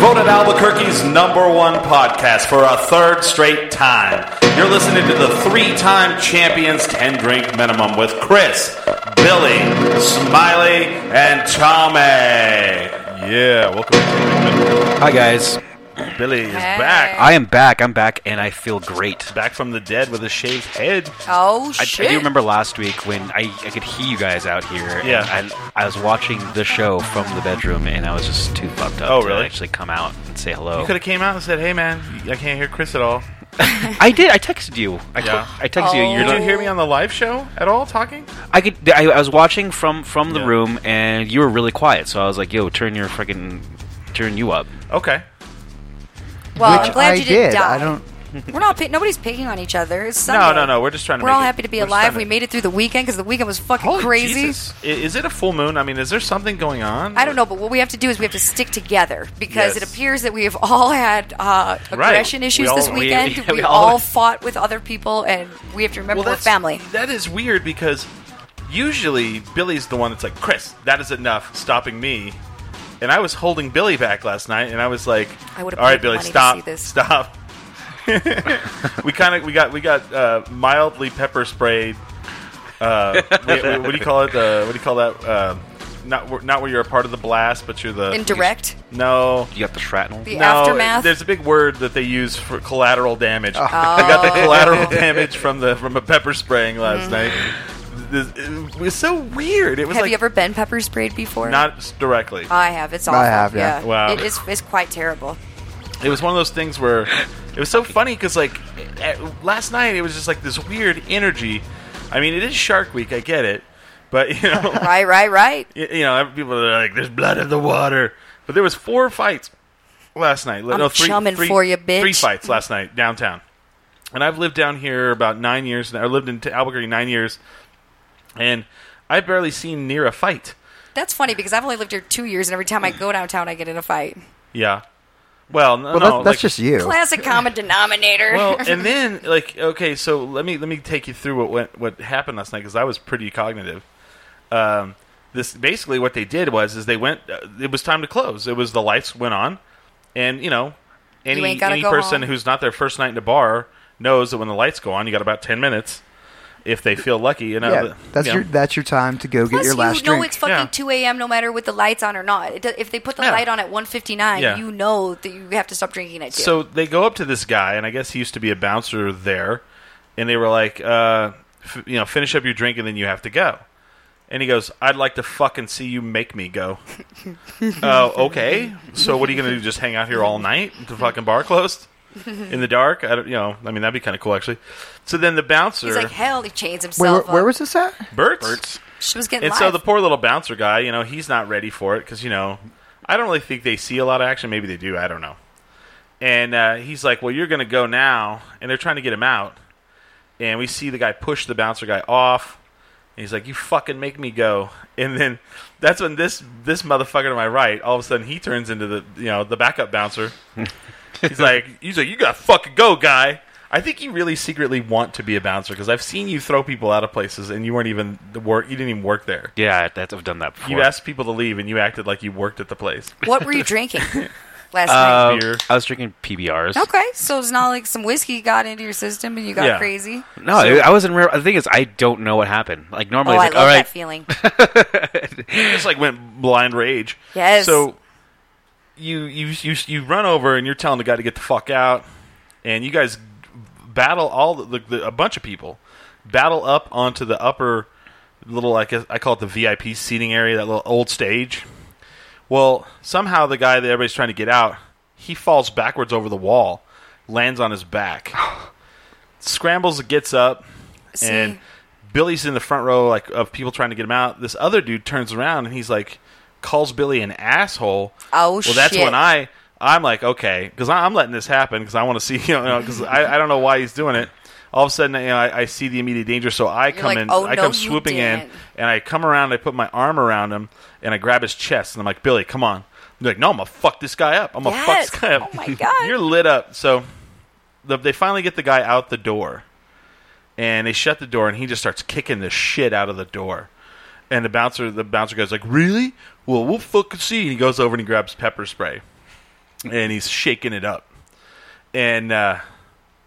Voted Albuquerque's number one podcast for a third straight time. You're listening to the three time champions 10 drink minimum with Chris, Billy, Smiley, and Tommy. Yeah, welcome to 10 drink minimum. Hi guys, Billy is back. I am back. I'm back, and I feel great. Back from the dead with a shaved head. Oh I, shit! I do remember last week when I, I could hear you guys out here. Yeah. and I, I was watching the show from the bedroom, and I was just too fucked up Oh, to really? actually come out and say hello. You could have came out and said, hey man, I can't hear Chris at all. I did. I texted you. I, Yeah. Oh. I texted you. You're Did you not, hear me on the live show at all talking? I could. I, I was watching from from the Yeah. room, and you were really quiet. So I was like, "Yo, turn your fucking, turn you up." Okay. well, Which I'm glad I you did. didn't die. I don't. We're not. Pick, nobody's picking on each other. It's No, Sunday. no, no. We're just trying to We're make all it- happy to be we're just alive. trying We made it through the weekend because the weekend was fucking Holy crazy. Jesus. I- Is it a full moon? I mean, is there something going on? I don't know, but what we have to do is we have to stick together because Yes. it appears that we have all had uh, Right. aggression We issues all- this we- weekend. yeah, we, we all- all, fought with other people, and we have to remember we're that's- family. That is weird because usually Billy's the one that's like, Chris, that is enough, stopping me. And I was holding Billy back last night, and I was like, I would've "All right, paid Billy, money to stop, see this." stop." we kind of we got we got uh, mildly pepper sprayed. Uh, wait, wait, what do you call it? Uh, what do you call that? Uh, not where- not where you're a part of the blast, but you're the Indirect, No, You got the shrapnel. the no, aftermath. Oh. There's a big word that they use for collateral damage. We got the collateral damage from the from a pepper spraying last night. This- It was so weird. It was Mm-hmm. have like you Uh, ever been pepper sprayed before? not s- directly. I have. It's awful. have, yeah. Wow. It is. It's quite terrible. It was one of those things where it was so funny because like at, last night it was just like this weird energy. I mean, it is Shark Week. I get it, but you know, Right. Right. Right. y- you know, people are like, "There's blood in the water," but there was four fights last night. I'm no, three, chumming three- for you, bitch. Three fights last night downtown, and I've lived down here about nine years. now. I lived in t- Albuquerque nine years, and I've barely seen near a fight. That's funny because I've only lived here two years, and every time I go downtown, I get in a fight. Yeah, well, no, no, Well, that, that's like- just you. Classic common denominator. Well, and then like okay, so let me let me take you through what went, what happened last night because I was pretty cognitive. Um, this basically what they did was is they went. Uh, it was time to close. It was the lights went on, and you know any You ain't gotta any go person home. who's not their first night in a bar knows that when the lights go on, you got about ten minutes if they feel lucky. You know, Yeah, the- that's you your know. that's your time to go Plus, get your last you know drink. it's fucking Yeah. 2 a.m. no matter with the lights on or not. It do- if they put the Yeah. light on at 1:59, Yeah. you know that you have to stop drinking at 2. So they go up to this guy, and I guess he used to be a bouncer there, and they were like, uh, f- you know, finish up your drink and then you have to go. And he goes, I'd like to fucking see you make me go. Oh, okay. So what are you gonna do? Just hang out here all night with the fucking bar closed in the dark? I don't, you know, I mean that'd be kind of cool actually. So then the bouncer, He's like, hell, he chains where, himself where, where up. was this at? Bert's, She was getting and live. so the poor little bouncer guy, you know, he's not ready for it because you know, I don't really think they see a lot of action. Maybe they do. I don't know. And uh, he's like, "Well, you're going to go now," and they're trying to get him out. And we see the guy push the bouncer guy off. And he's like, "You fucking make me go!" And then that's when this this motherfucker to my right, all of a sudden, he turns into the you know the backup bouncer. he's like, "He's like, you gotta fucking go, guy." I think you really secretly want to be a bouncer because I've seen you throw people out of places, and you weren't even the work. You didn't even work there. Yeah, that, I've done that before. You asked people to leave, and you acted like you worked at the Uh, place. what were you drinking last night? Beer. I was drinking PBRs. Okay, so it's not like some whiskey got into your system and you got Yeah. crazy. No, I wasn't. Real, the thing is, I don't know what happened. Like Oh, normally, I it's like, all love right, that feeling. You just like went blind rage. Yes. So you you you you run over and you're telling the guy to get the fuck out, and you guys battle all the, the a bunch of people battle up onto the upper little like I call it the VIP seating area, that little old stage. Well, somehow the guy that everybody's trying to get out, he falls backwards over the wall, lands on his back, scrambles, gets up, and See. Billy's in the front row, like of people trying to get him out. This other dude turns around and he's like, calls Billy an asshole. Oh, well, that's shit. when I I'm like, okay, because I'm letting this happen because I want to see you know because I, I don't know why he's doing it. All of a sudden, you know, I, I see the immediate danger, so I come like, in, "Oh, I no, come you swooping in, didn't." and I come around, I put my arm around him, and I grab his chest, and I'm like, Billy, come on. He's like, no, I'm gonna fuck this guy up. I'm gonna fuck Yes. this guy up. Oh, my God. You're lit up. So the, they finally get the guy out the door, and they shut the door, and he just starts kicking the shit out of the door. And the bouncer, the bouncer goes like, "Really? Well, we'll fucking see." And he goes over and he grabs pepper spray, and he's shaking it up. And uh,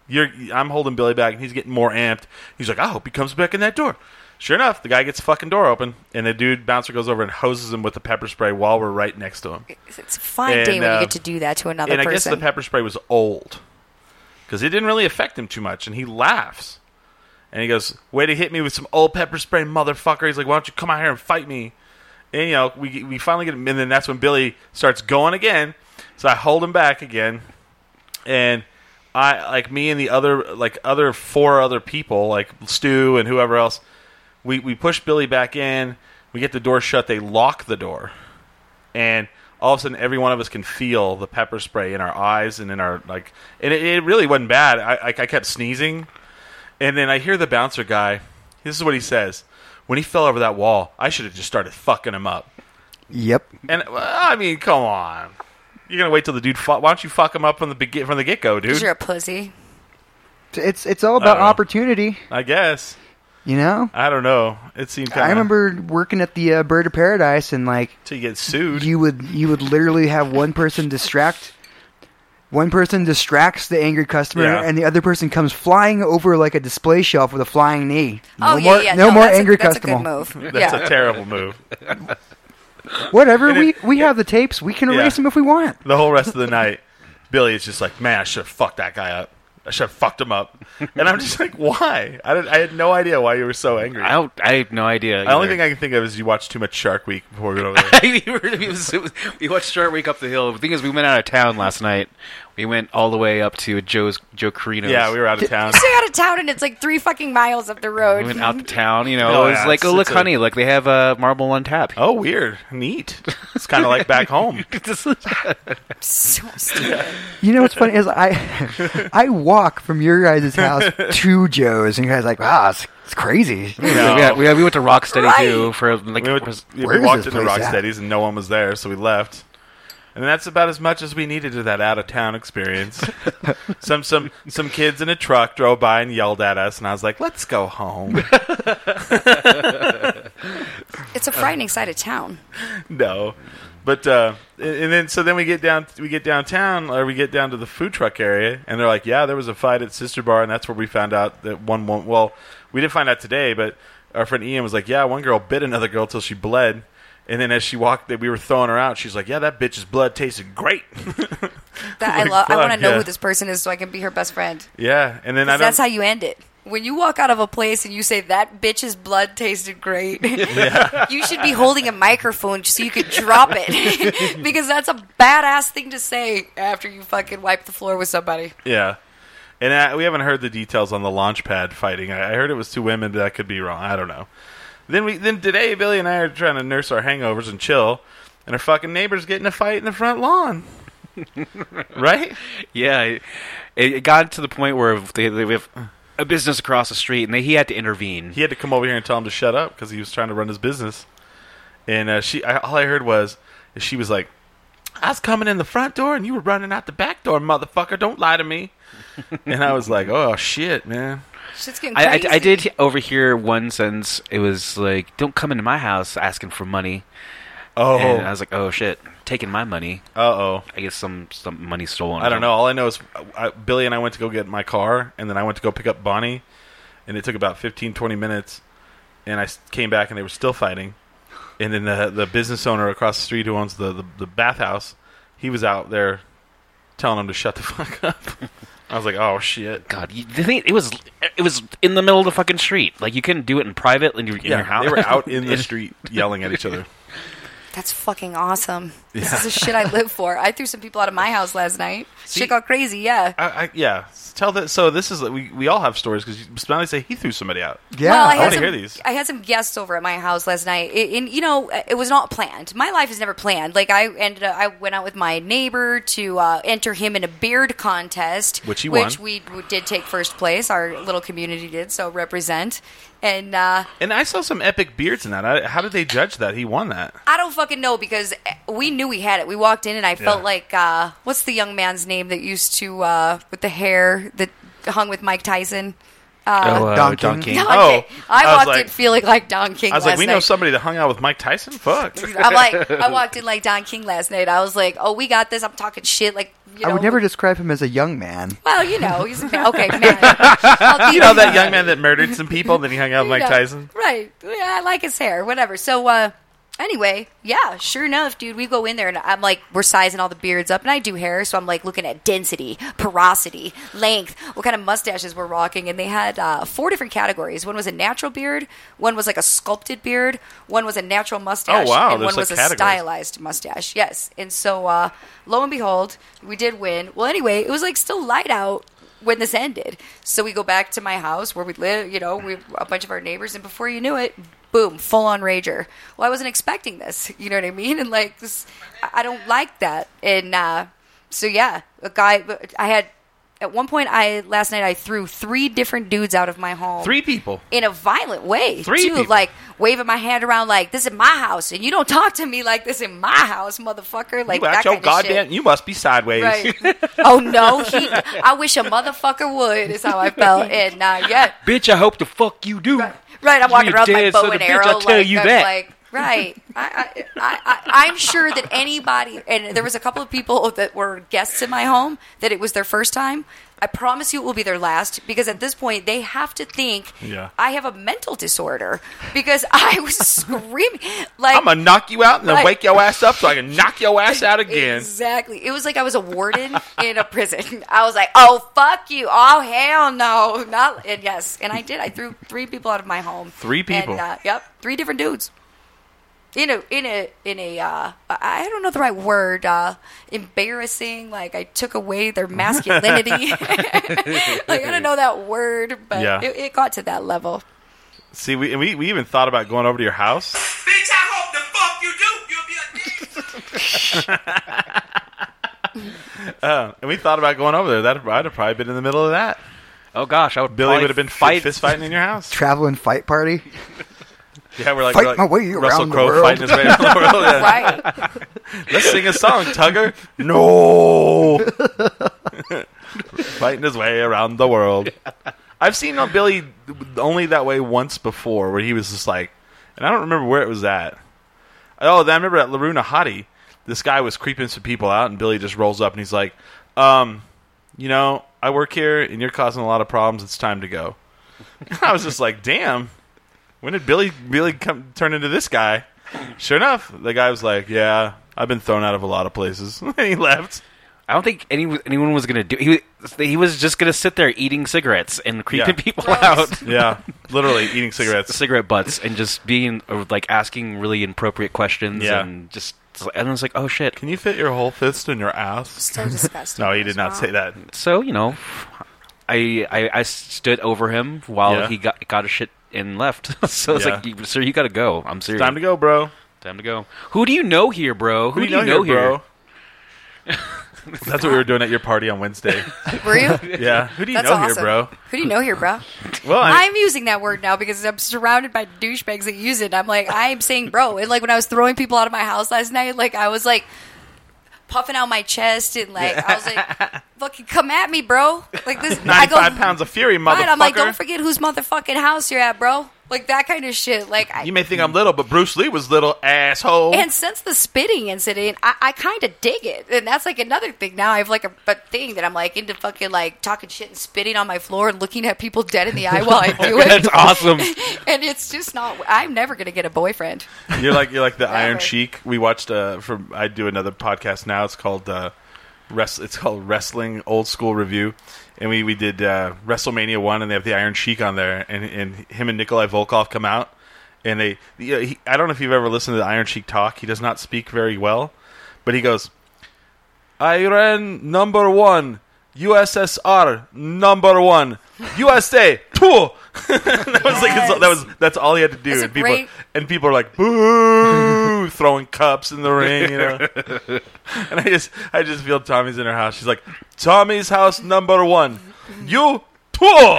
you're, I'm holding Billy back, and he's getting more amped. He's like, "I hope he comes back in that door." Sure enough, the guy gets the fucking door open, and the dude bouncer goes over and hoses him with the pepper spray while we're right next to him It's a fine And, day when uh, you get to do that to another and I guess person. the pepper spray was old because it didn't really affect him too much, and he laughs. And he goes, "Way to hit me with some old pepper spray, motherfucker!" He's like, "Why don't you come out here and fight me?" And you know, we we finally get him, and then that's when Billy starts going again. So I hold him back again, and I like me and the other like other four other people, like Stu and whoever else. We we push Billy back in. We get the door shut. They lock the door and all of a sudden every one of us can feel the pepper spray in our eyes and in our like and it, it really wasn't bad I, I, I kept sneezing and then i hear the bouncer guy this is what he says when he fell over that wall i should have just started fucking him up Yep. and well, i mean come on you're gonna wait till the dude fu- why don't you fuck him up from the begin from the get-go dude you're a pussy. It's it's all about Uh-oh. opportunity, i guess you know. i don't know it seemed kind of I remember working at the uh, Bird of Paradise, and like to get sued you would you would literally have one person distract, one person distracts the angry customer, Yeah. and the other person comes flying over like a display shelf with a flying knee. Oh no yeah, more, yeah. no, more that's angry a, that's customer. A good move. that's yeah. a terrible move Whatever we we have the tapes, we can erase Yeah. them if we want. the whole rest of the night, Billy is just like, man, I should have fucked that guy up. I should have fucked him up. And I'm just like, why? I, didn't, I had no idea why you were so angry. I don't. I have no idea. the only thing I can think of is you watched too much Shark Week before we went over there. we, were- it was- it was- we watched Shark Week up the hill. The thing is, we went out of town last night. We went all the way up to Joe's Joe Carino's. yeah, we were out of town. You stay out of town and it's like three fucking miles up the We road. went out to town. You know, Oh, it was yeah, like, it's- oh look, it's a- honey, look, they have uh, marble on tap. Oh, weird. Neat. It's kind of like back home. so stupid. You know what's funny is I I walk from your guys' house to Joe's, and you guys are like wow, it's, it's crazy. So, yeah, we, we went to Rocksteady Right. too for like We, went- was- we where is walked this into place at? Rocksteady's and no one was there, so we left. And that's about as much as we needed of that out of town experience. some some some kids in a truck drove by and yelled at us, and I was like, "Let's go home." It's a Uh, frightening side of town. no. But uh, and and then so then we get down we get downtown or we get down to the food truck area and they're like, yeah, there was a fight at Sister Bar and that's where we found out that one one well we didn't find out today, but our friend Ian was like, yeah, one girl bit another girl till she bled, and then as she walked that we were throwing her out, she's like, yeah, that bitch's blood tasted great, That I my love. I God, want to know yeah. who this person is so I can be her best friend. yeah, and then I 'Cause don't That's how you end it. When you walk out of a place and you say that bitch's blood tasted great, you should be holding a microphone so you could drop it because that's a badass thing to say after you fucking wipe the floor with somebody. yeah. And I, we haven't heard the details on the launch pad fighting. I, I heard it was two women, but that could be wrong. I don't know. Then we then today Billy and I are trying to nurse our hangovers and chill, and our fucking neighbors get in a fight in the front lawn. right? Yeah, it, it got to the point where they, they have a business across the street, and they, he had to intervene. He had to come over here and tell him to shut up because he was trying to run his business. And uh, she, I, all I heard was she was like, "I was coming in the front door and you were running out the back door, motherfucker! Don't lie to me." and I was like, "Oh shit, man!" Shit's getting I, I, crazy. I did he- overhear one sentence. It was like, "Don't come into my house asking for money." Oh, And I uh was like, "Oh shit, taking my money." oh. I guess some some money stolen. I don't know. All I know is I, Billy and I went to go get my car, and then I went to go pick up Bonnie, and it took about 15, 20 minutes. And I s- came back, and they were still fighting. And then the the business owner across the street who owns the, the, the bathhouse, he was out there telling him to shut the fuck up. I was like, oh shit. God, you, the thing, it was it was in the middle of the fucking street. Like you couldn't do it in private in your, in your house. they were out in the street yelling at each other. That's fucking awesome. This is the shit I live for. I threw some people out of my house last night. shit got crazy, yeah. I, I, yeah, tell that. So this is we we all have stories because Spinelli say he threw somebody out. Yeah. Well, I wanna had some, hear these. I had some guests over at my house last night, I- and you know, uh, it was not planned. My life is never planned. Like I ended, up, I went out with my neighbor to uh, enter him in a beard contest, Which he which won. we w- did take first place. Our little community did so represent, and uh, And I saw some epic beards in that. I, how did they judge that he won that? I don't fucking know because eh, we knew we had it. We walked in and I felt Yeah. like uh, what's the young man's name that used to uh, with the hair that hung with Mike Tyson. oh, uh, Don Don King. King. Okay. I, Oh, I was walked like- in feeling like Don King. I was last like, we night. know somebody that hung out with Mike Tyson. Fuck. I'm like, I walked in like Don King last night. I was like, oh, we got this. I'm talking shit. Like, you know, I would never describe him as a young man. Well, you know, he's a man. Okay, man. I'll you be know the- that young man that murdered some people, then he hung out with you Mike know, Tyson. Right. Yeah, I like his hair. Whatever. So, uh, anyway, yeah, sure enough, dude, we go in there and I'm like, we're sizing all the beards up, and I do hair, so I'm like looking at density, porosity, length, what kind of mustaches we're rocking, and they had uh, four different categories. One was a natural beard, one was like a sculpted beard, one was a natural mustache, Oh, wow, and there's, one like, was a categories. stylized mustache. Yes. And so, uh, lo and behold, we did win. Well, anyway, it was like still light out when this ended. So we go back to my house where we live, you know, we a bunch of our neighbors, and before you knew it, boom, full on rager. Well, I wasn't expecting this, you know what I mean? And like this, I I don't like that. And uh, so yeah, a guy. I had at one point, I last night I threw three different dudes out of my home Three people. in a violent way Three too, people. like waving my hand around like this is my house and you don't talk to me like this in my house, motherfucker. Like you that out your kind of shit. goddamn. You must be sideways. Right. oh no, he. I wish a motherfucker would. Is how I felt. And uh, yeah, Bitch, I hope the fuck you do. right. I'm walking You around with my dead bow son of and a bitch, arrow. I'll tell like, you I'm that. Like, right. I, I, I, I, I'm sure that anybody, and there was a couple of people that were guests in my home that it was their first time. I promise you, it will be their last because at this point they have to think Yeah. I have a mental disorder because I was screaming like I'm gonna knock you out and then Right. wake your ass up so I can knock your ass out again. Exactly. It was like I was a warden in a prison. I was like, "Oh fuck you! Oh hell no!" Not and yes, and I did. I threw three people out of my home. Three people. And, uh, yep, three different dudes. In a in a in a uh, I don't know the right word. Uh, embarrassing. Like I took away their masculinity. like I don't know that word, but Yeah. it, it got to that level. See, we, and we we even thought about going over to your house. Bitch, I hope the fuck you do. You'll be a dick. Uh, And we thought about going over there. That I'd have probably been in the middle of that. Oh gosh, I would Billy probably would have been fight. fist fighting in your house. Travel and fight party. Yeah, we're like, Fight we're like my way Russell around the Crowe world. fighting his way around the world. Yeah. Right. Let's sing a song, Tugger. No, fighting his way around the world. I've seen uh, Billy only that way once before, where he was just like, and I don't remember where it was at. Oh, I remember at Laruna Hottie, this guy was creeping some people out, and Billy just rolls up and he's like, um, you know, I work here, and you're causing a lot of problems. It's time to go. I was just like, damn. When did Billy Billy come turn into this guy? Sure enough, the guy was like, "Yeah, I've been thrown out of a lot of places." and he left. I don't think any, anyone was gonna do. He was, he was just gonna sit there eating cigarettes and creeping Yeah. people out. Yeah, literally eating cigarettes. cigarette butts and just being or, like asking really inappropriate questions Yeah. and just and I was like, oh shit. Can you fit your whole fist in your ass? So disgusting. No, he did not Wow. say that. So you know, I I, I stood over him while Yeah. he got got his shit and left. so it's Yeah. like, "You- sir, you gotta go. I'm serious. Time to go, bro. Time to go. Who do you know here, bro? Who, Who do you know here? bro? That's what we were doing at your party on Wednesday. Were you? Yeah. Who do you That's know awesome. here, bro? Who do you know here, bro? Well, I, I'm using that word now because I'm surrounded by douchebags that use it. I'm like, I'm saying bro. And like when I was throwing people out of my house last night, like I was like puffing out my chest and like I was like, fucking come at me, bro. Like this, I go, ninety-five pounds of fury, motherfucker. right? I'm like, don't forget whose motherfucking house you're at, bro. Like that kind of shit. Like I, You may think I'm little, but Bruce Lee was little asshole. and since the spitting incident, I, I kind of dig it, and that's like another thing. Now I have like a, a thing that I'm like into fucking like talking shit and spitting on my floor and looking at people dead in the eye while I do it. That's awesome. and it's just not. I'm never gonna get a boyfriend. You're like you're like the Iron Never. Sheik. We watched uh, from I do another podcast now. It's called uh, Wrest. It's called Wrestling Old School Review, and we we did uh, WrestleMania one, and they have the Iron Sheik on there, and and him and Nikolai Volkov come out, and they. the- uh, He, I don't know if you've ever listened to the Iron Sheik talk. He does not speak very well, But he goes, Iran number one, USSR number one, USA two. that was like his, that was that's all he had to do, That's a and people great- and people are like boo, throwing cups in the ring, you know. and I just I just feel Tommy's in her house. She's like Tommy's house number one, you two.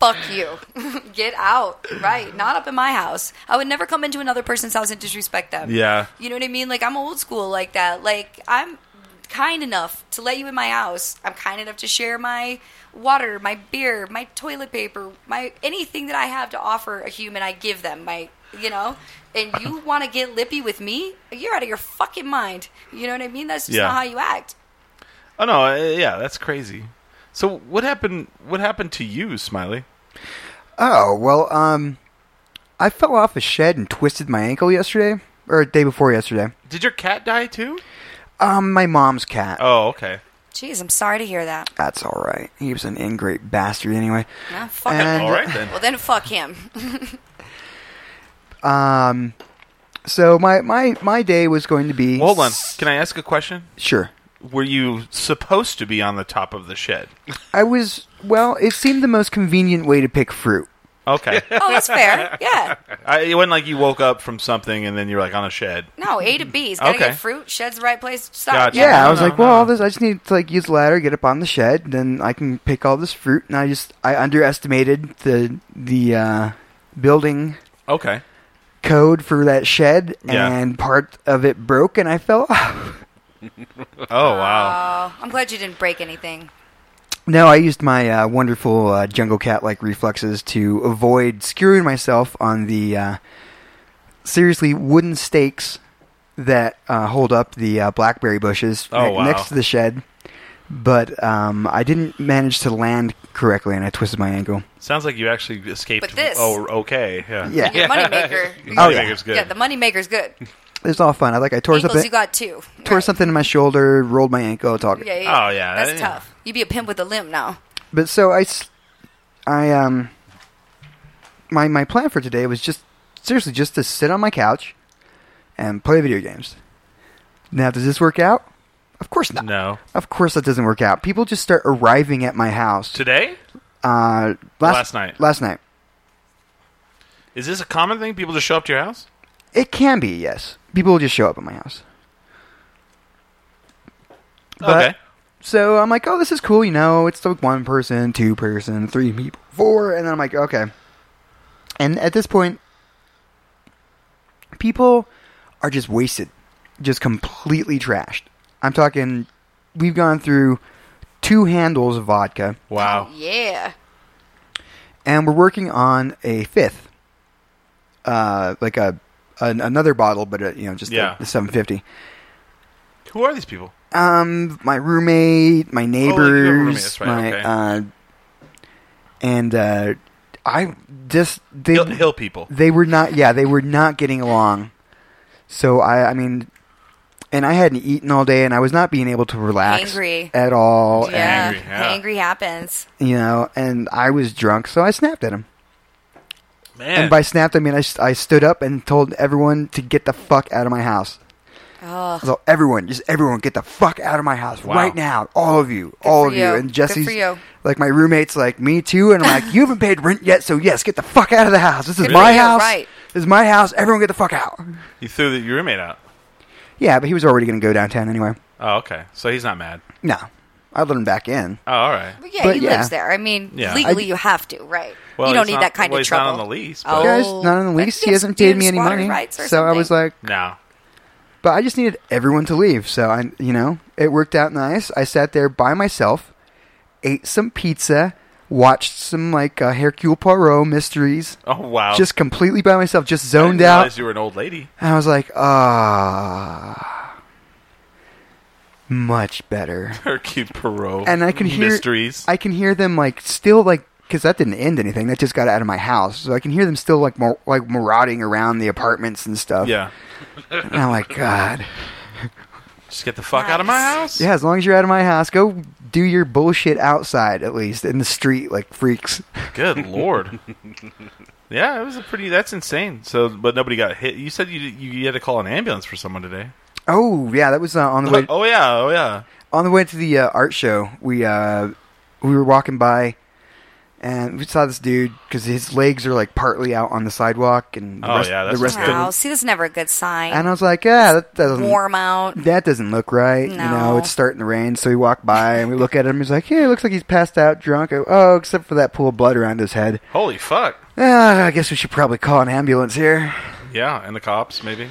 Fuck you. Get out. Right. Not up in my house. I would never come into another person's house and disrespect them. yeah, You know what I mean? Like I'm old school like that. Like I'm kind enough to let you in my house. I'm kind enough to share my water, my beer, my toilet paper, my anything that I have to offer a human, I give them. My you know? And you want to get lippy with me? You're out of your fucking mind. You know what I mean? That's just Yeah. not how you act. oh no, uh, yeah, that's crazy. So what happened? What happened to you, Smiley? Oh well, um, I fell off a shed and twisted my ankle yesterday, or day before yesterday. Did your cat die too? Um, my mom's cat. Oh, okay. Jeez, I'm sorry to hear that. That's all right. He was an ingrate bastard anyway. No, fuck And- him. All right then. Well, then fuck him. Um, so my my my day was going to be. Well, hold on. Can I ask a question? Sure. Were you supposed to be on the top of the shed? I was well. It seemed the most convenient way to pick fruit. Okay. Oh, that's fair. Yeah. I, it wasn't like you woke up from something and then you're like on a shed. No, A to B. He's got to Okay. get fruit. Shed's the right place. Stop. Gotcha. Yeah, No, I was no, like, well, no. all this I just need to like use the ladder, get up on the shed, then I can pick all this fruit. And I just I underestimated the the uh, building Okay. code for that shed, Yeah. and part of it broke, and I fell off. Oh wow. Oh, I'm glad you didn't break anything. No, I used my uh, wonderful uh, jungle cat like reflexes to avoid skewering myself on the uh, seriously wooden stakes that uh, hold up the uh, blackberry bushes Oh, ne- wow. next to the shed. But um, I didn't manage to land correctly, and I twisted my ankle. Sounds like you actually escaped. But this- Oh, okay. Yeah. Yeah, Your moneymaker. Oh, yeah. Moneymaker's good. Yeah, the moneymaker's good. it was all fun. I like I tore Ankles, something, you got two. tore something in my shoulder, rolled my ankle. It's all good. Yeah, yeah, Oh, yeah, That's that- yeah. tough. you be a pimp with a limp now. But so I, s- I um, my my plan for today was just seriously just to sit on my couch and play video games. Now, does this work out? Of course not. No. Of course that doesn't work out. People just start arriving at my house. Today? Uh, last, Last night. Last night. Is this a common thing? People just show up to your house? It can be yes. People will just show up at my house. But- okay. So I'm like, oh, this is cool. You know, it's like one person, two person, three people, four, and then I'm like, okay. And at this point, people are just wasted, just completely trashed. I'm talking, we've gone through two handles of vodka, Wow. Oh, Yeah. and we're working on a fifth, uh, like a an, another bottle, but uh you know, just the- Yeah. the 750. Who are these people? Um, my roommate, my Oh, have a roommate, neighbors, that's right, my okay. uh, and uh, I just they Hill, hill people. they were not yeah they were not getting along. So I I mean, and I hadn't eaten all day, and I was not being able to relax Angry. at all. yeah. angry, yeah. Angry happens. And, you know, and I was drunk, so I snapped at him. Man. And by snapped, I mean I, s- I stood up and told everyone to get the fuck out of my house. Oh, So everyone, just everyone, get the fuck out of my house Wow. right now, all of you, all for of you. you. And Good Jesse's for you. like my roommate's like me too, and I'm like, you haven't paid rent yet, so yes, get the fuck out of the house. This is Good for my you, house. right. This is my house. Everyone, get the fuck out. you threw the, your roommate out. Yeah, but he was already gonna go downtown anyway. Oh, okay. So he's not mad. No, I let him back in. Oh, all right. but yeah, But he yeah. lives there. I mean, Yeah. legally I- you have to, right? Well, you don't he's need not- that kind well, of he's not trouble. on the lease, but- Oh, Guys, not in the but lease. He yes, hasn't paid me dude's any water money, rights or so I was something. like, No. but I just needed everyone to leave. So I, you know, it worked out nice. I sat there by myself, ate some pizza, watched some like uh, Hercule Poirot mysteries. Oh wow. just completely by myself, just I didn't zoned realize out. You were an old lady. And I was like, ah, much better. Hercule Poirot. And I can hear mysteries. I can hear them like still like because that didn't end anything. That just got out of my house, so I can hear them still like mar- like marauding around the apartments and stuff. yeah. And I'm like, God, Just get the fuck out of my Nice. house. yeah. As long as you're out of my house, go do your bullshit outside at least in the street, like freaks. Good lord. yeah, it was a pretty. That's insane. So, but nobody got hit. You said you you had to call an ambulance for someone today. Oh yeah, that was uh, on the way oh yeah, oh yeah. on the way to the uh, art show. We uh, we were walking by, and we saw this dude because his legs are like partly out on the sidewalk, and the Oh, rest, yeah, that's the rest not of Wow. them. See, this is never a good sign. And I was like, yeah, that doesn't Warm out. that doesn't look right. You know, No. it's starting to rain, so we walk by and we look at him. He's like, yeah, it looks like he's passed out, drunk. I- Oh, except for that pool of blood around his head. Holy fuck. Ah, I guess we should probably call an ambulance here. Yeah, and the cops maybe.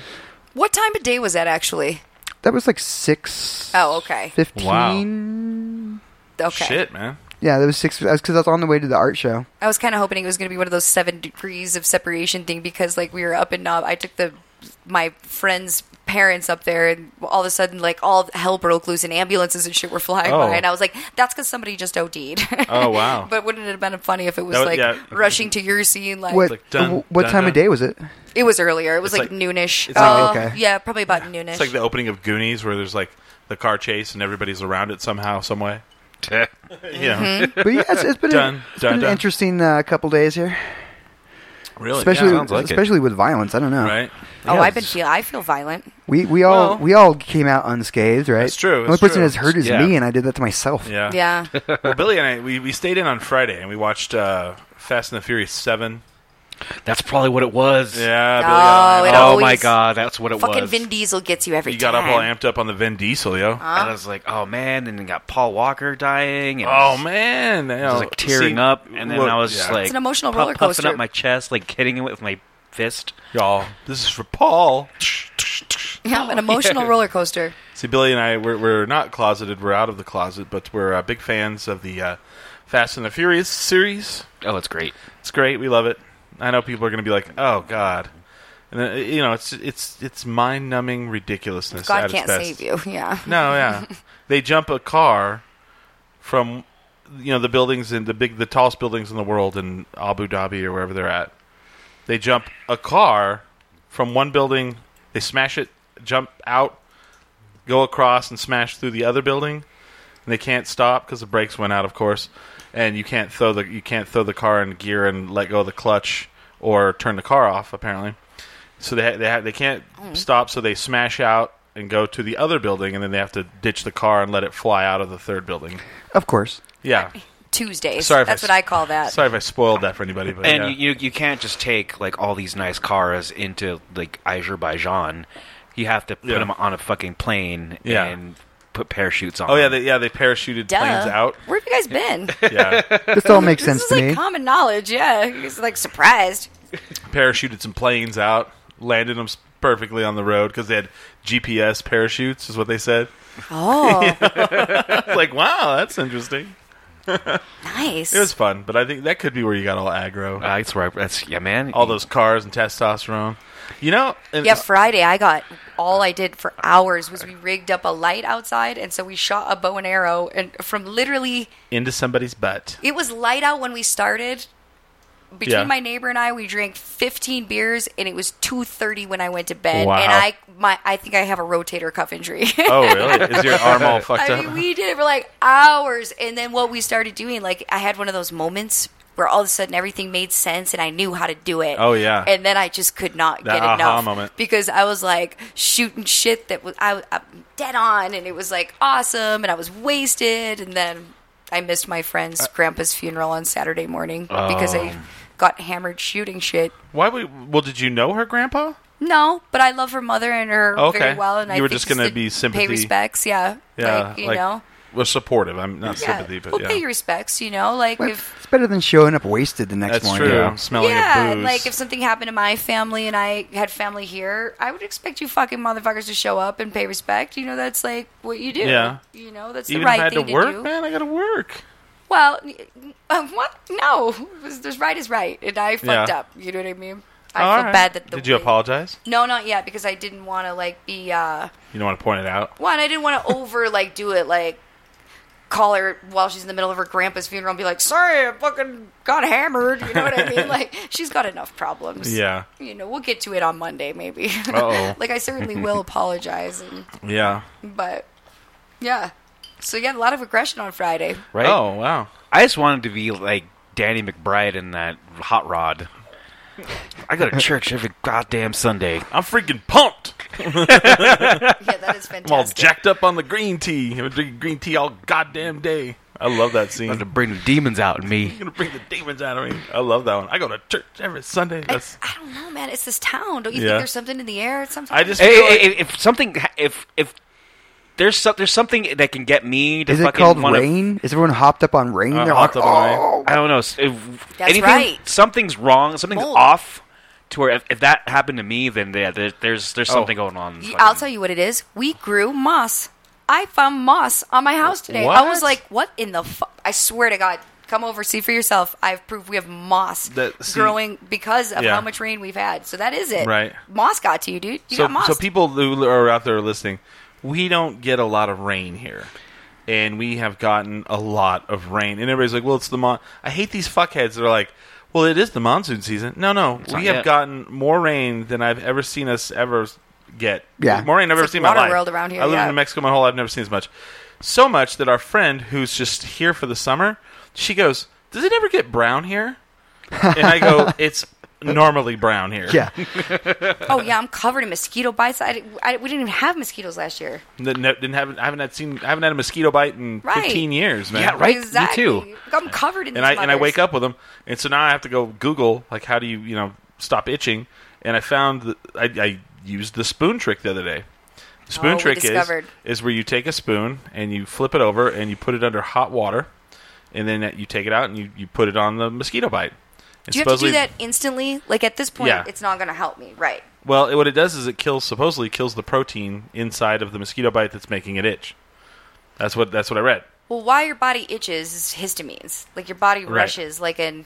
What time of day was that actually? That was like six. Oh, okay. Fifteen. Okay. Shit, man. Yeah, that was six. Because I was on the way to the art show. I was kind of hoping it was going to be one of those seven degrees of separation thing because, like, we were up in Nob. I took the my friend's parents up there, and all of a sudden, like, all hell broke loose, and ambulances and shit were flying Oh. by, and I was like, "That's because somebody just OD'd." Oh, wow. but wouldn't it have been funny if it was That would- like yeah. rushing to your scene? Like, What? like dun, wh- what dun, time dun. of day was it? it was earlier. It was It's like, like- noonish. it's like- Uh, Oh, Okay. Yeah, probably about noonish. It's like the opening of Goonies where there's like the car chase and everybody's around it somehow, some way. Yeah. But yeah, it's, it's been, Dun, an, it's dun, been dun. an interesting uh, couple days here, Really? especially yeah, sounds like it. especially with violence. I don't know. Right? oh, Yeah, I've been it's- feel I feel violent. We we all Well- we all came out unscathed, right? That's true, The only that's person true. that's hurt is Yeah. me, and I did that to myself. Yeah. Yeah. Well, Billy and I, we, we stayed in on Friday and we watched uh, Fast and the Furious 7. That's probably what it was. Yeah. Billy got, Oh, it all amped Oh always- my god, that's what it Fucking was. Vin Diesel gets you up. every He time. got up all amped up on the Vin Diesel, yo. And I was like, oh man, and then got Paul Walker dying. And Oh, man. I was like tearing up, and then I was yeah. just like, It's an emotional pu- roller puffing coaster. up my chest, like hitting it with my fist. y'all, this is for Paul. Yeah, an emotional roller coaster. See, Billy and I, we're, we're not closeted. We're out of the closet, but we're uh, big fans of the uh, Fast and the Furious series. Oh, it's great. It's great. We love it. I know people are going to be like, "Oh God," and then, uh, you know, it's it's it's mind numbing ridiculousness. at God its can't best. save you. Yeah. No, yeah, they jump a car from you know the buildings in the big the tallest buildings in the world in Abu Dhabi or wherever they're at. They jump a car from one building. They smash it, jump out, go across, and smash through the other building. And they can't stop because the brakes went out, of course. And you can't throw the you can't throw the car in gear and let go of the clutch or turn the car off. Apparently, so they ha- they ha- they can't Mm. stop. So they smash out and go to the other building, and then they have to ditch the car and let it fly out of the third building. Of course. Yeah, Tuesdays. Sorry if That's I s- what I call that. sorry if I spoiled that for anybody, but And yeah. you, you you can't just take like all these nice cars into like Azerbaijan. You have to put Yeah. them on a fucking plane Yeah. and put parachutes on. oh yeah, them. they, yeah, they parachuted Duh. planes out. Where have you guys been? Yeah, This all makes this sense is to like me. common knowledge. Yeah, he's like surprised. parachuted some planes out, landed them perfectly on the road because they had GPS parachutes, is what they said. Oh, It's like, wow, that's interesting. nice. It was fun, but I think that could be where you got all aggro, Uh, that's where I, that's yeah, man. all those cars and testosterone. You know, and yeah, Friday I got all I did for hours was we rigged up a light outside, and so we shot a bow and arrow, and from literally into somebody's butt. it was light out when we started. Between Yeah. my neighbor and I, we drank 15 beers, and it was 2:30 when I went to bed. Wow. And I, my, I think I have a rotator cuff injury. Oh, really? Is your arm all fucked I up? mean, we did it for like hours, and then what we started doing, like I had one of those moments where all of a sudden everything made sense, and I knew how to do it. Oh, yeah. and then I just could not That get aha enough moment. because I was like shooting shit that was I, I'm dead on, and it was like awesome, and I was wasted, and then I missed my friend's Uh, grandpa's funeral on Saturday morning because Oh. I got hammered shooting shit. Why would? Well, did you know her grandpa? No, but I love her mother and her Okay. very well, and I You were think just gonna to be sympathy- pay respects, yeah, like, you know. was supportive. I'm not sympathy, but well, yeah, pay your respects. You know, like But if it's better than showing up wasted the next that's morning. true. Smelling yeah, of booze, like if something happened to my family and I had family here, I would expect you fucking motherfuckers to show up and pay respect. You know, that's like what you do. Yeah. you know, that's even the right if I had thing to work, do. man, I got to work. Well, uh, what? No, there's right is right, and I fucked Yeah. up. You know what I mean? I All feel right. bad that the did you way- apologize? No, not yet, because I didn't want to like be. uh You don't want to point it out. One, I didn't want to over like do it like call her while she's in the middle of her grandpa's funeral and be like, "Sorry, I fucking got hammered." You know what I mean? Like she's got enough problems. Yeah. You know, we'll get to it on Monday maybe. Uh-oh. like I certainly will apologize, and, Yeah. but yeah. So yeah, a lot of aggression on Friday. right. Oh wow. I just wanted to be like Danny McBride in that hot rod. I go to church every goddamn Sunday. I'm freaking pumped. Yeah, that is fantastic. I'm all jacked up on the green tea. I'm drinking green tea all goddamn day. I love that scene. I'm to bring the demons out in me. gonna bring the demons out of me. I love that one. I go to church every Sunday. That's I don't know, man. It's this town. Don't you Yeah. think there's something in the air? Sometimes I just Hey, feel hey, like- hey, if something, ha- if if there's so, there's something that can get me to Is it fucking called wanna- rain? Is everyone hopped up on rain? Uh, They're hopped like, up on rain. "Oh." I don't know. s- If That's anything, right. Something's wrong. Something's Mold. off. To where if, if that happened to me, then yeah, there, there's there's something going on. Y- I'll tell you what it is. We grew moss. I found moss on my house today. I was What? like, what in the fu I swear to God. Come over, see for yourself. I've proved we have moss That- see- growing because of Yeah. how much rain we've had. So that is it. Right. Moss got to you, dude. You so, got moss. so people who are out there listening, we don't get a lot of rain here, and we have gotten a lot of rain. And everybody's like, "Well, it's the mon." I hate these fuckheads that are like, "Well, it is the monsoon season." No, no, we have not yet. gotten more rain than I've ever seen us ever get. Yeah. more rain I've ever like seen in my water life. world around here, I live yeah. in New Mexico my whole life. I've never seen as much, so much that our friend who's just here for the summer, she goes, "Does it ever get brown here?" And I go, "It's." Normally brown here. Yeah. oh, yeah, I'm covered in mosquito bites. I, di- I- we didn't even have mosquitoes last year. N- no- didn't have I haven't had seen I haven't had a mosquito bite in Right. 15 years, man. Yeah, right. Me Exactly. too. I'm covered in And I and I wake up with them, and so now I have to go Google like how do you you know stop itching? And I found the, I, I used the spoon trick the other day. The spoon Oh, we trick is discovered. is where you take a spoon and you flip it over and you put it under hot water, and then you take it out and you, you put it on the mosquito bite. And Do you have to supposedly- do that instantly? Like at this point, Yeah. it's not going to help me. Right. Well, it, what it does is it kills supposedly kills the protein inside of the mosquito bite that's making it itch. That's what that's what I read. Well, why your body itches is histamines. Like your body Right. rushes, like an.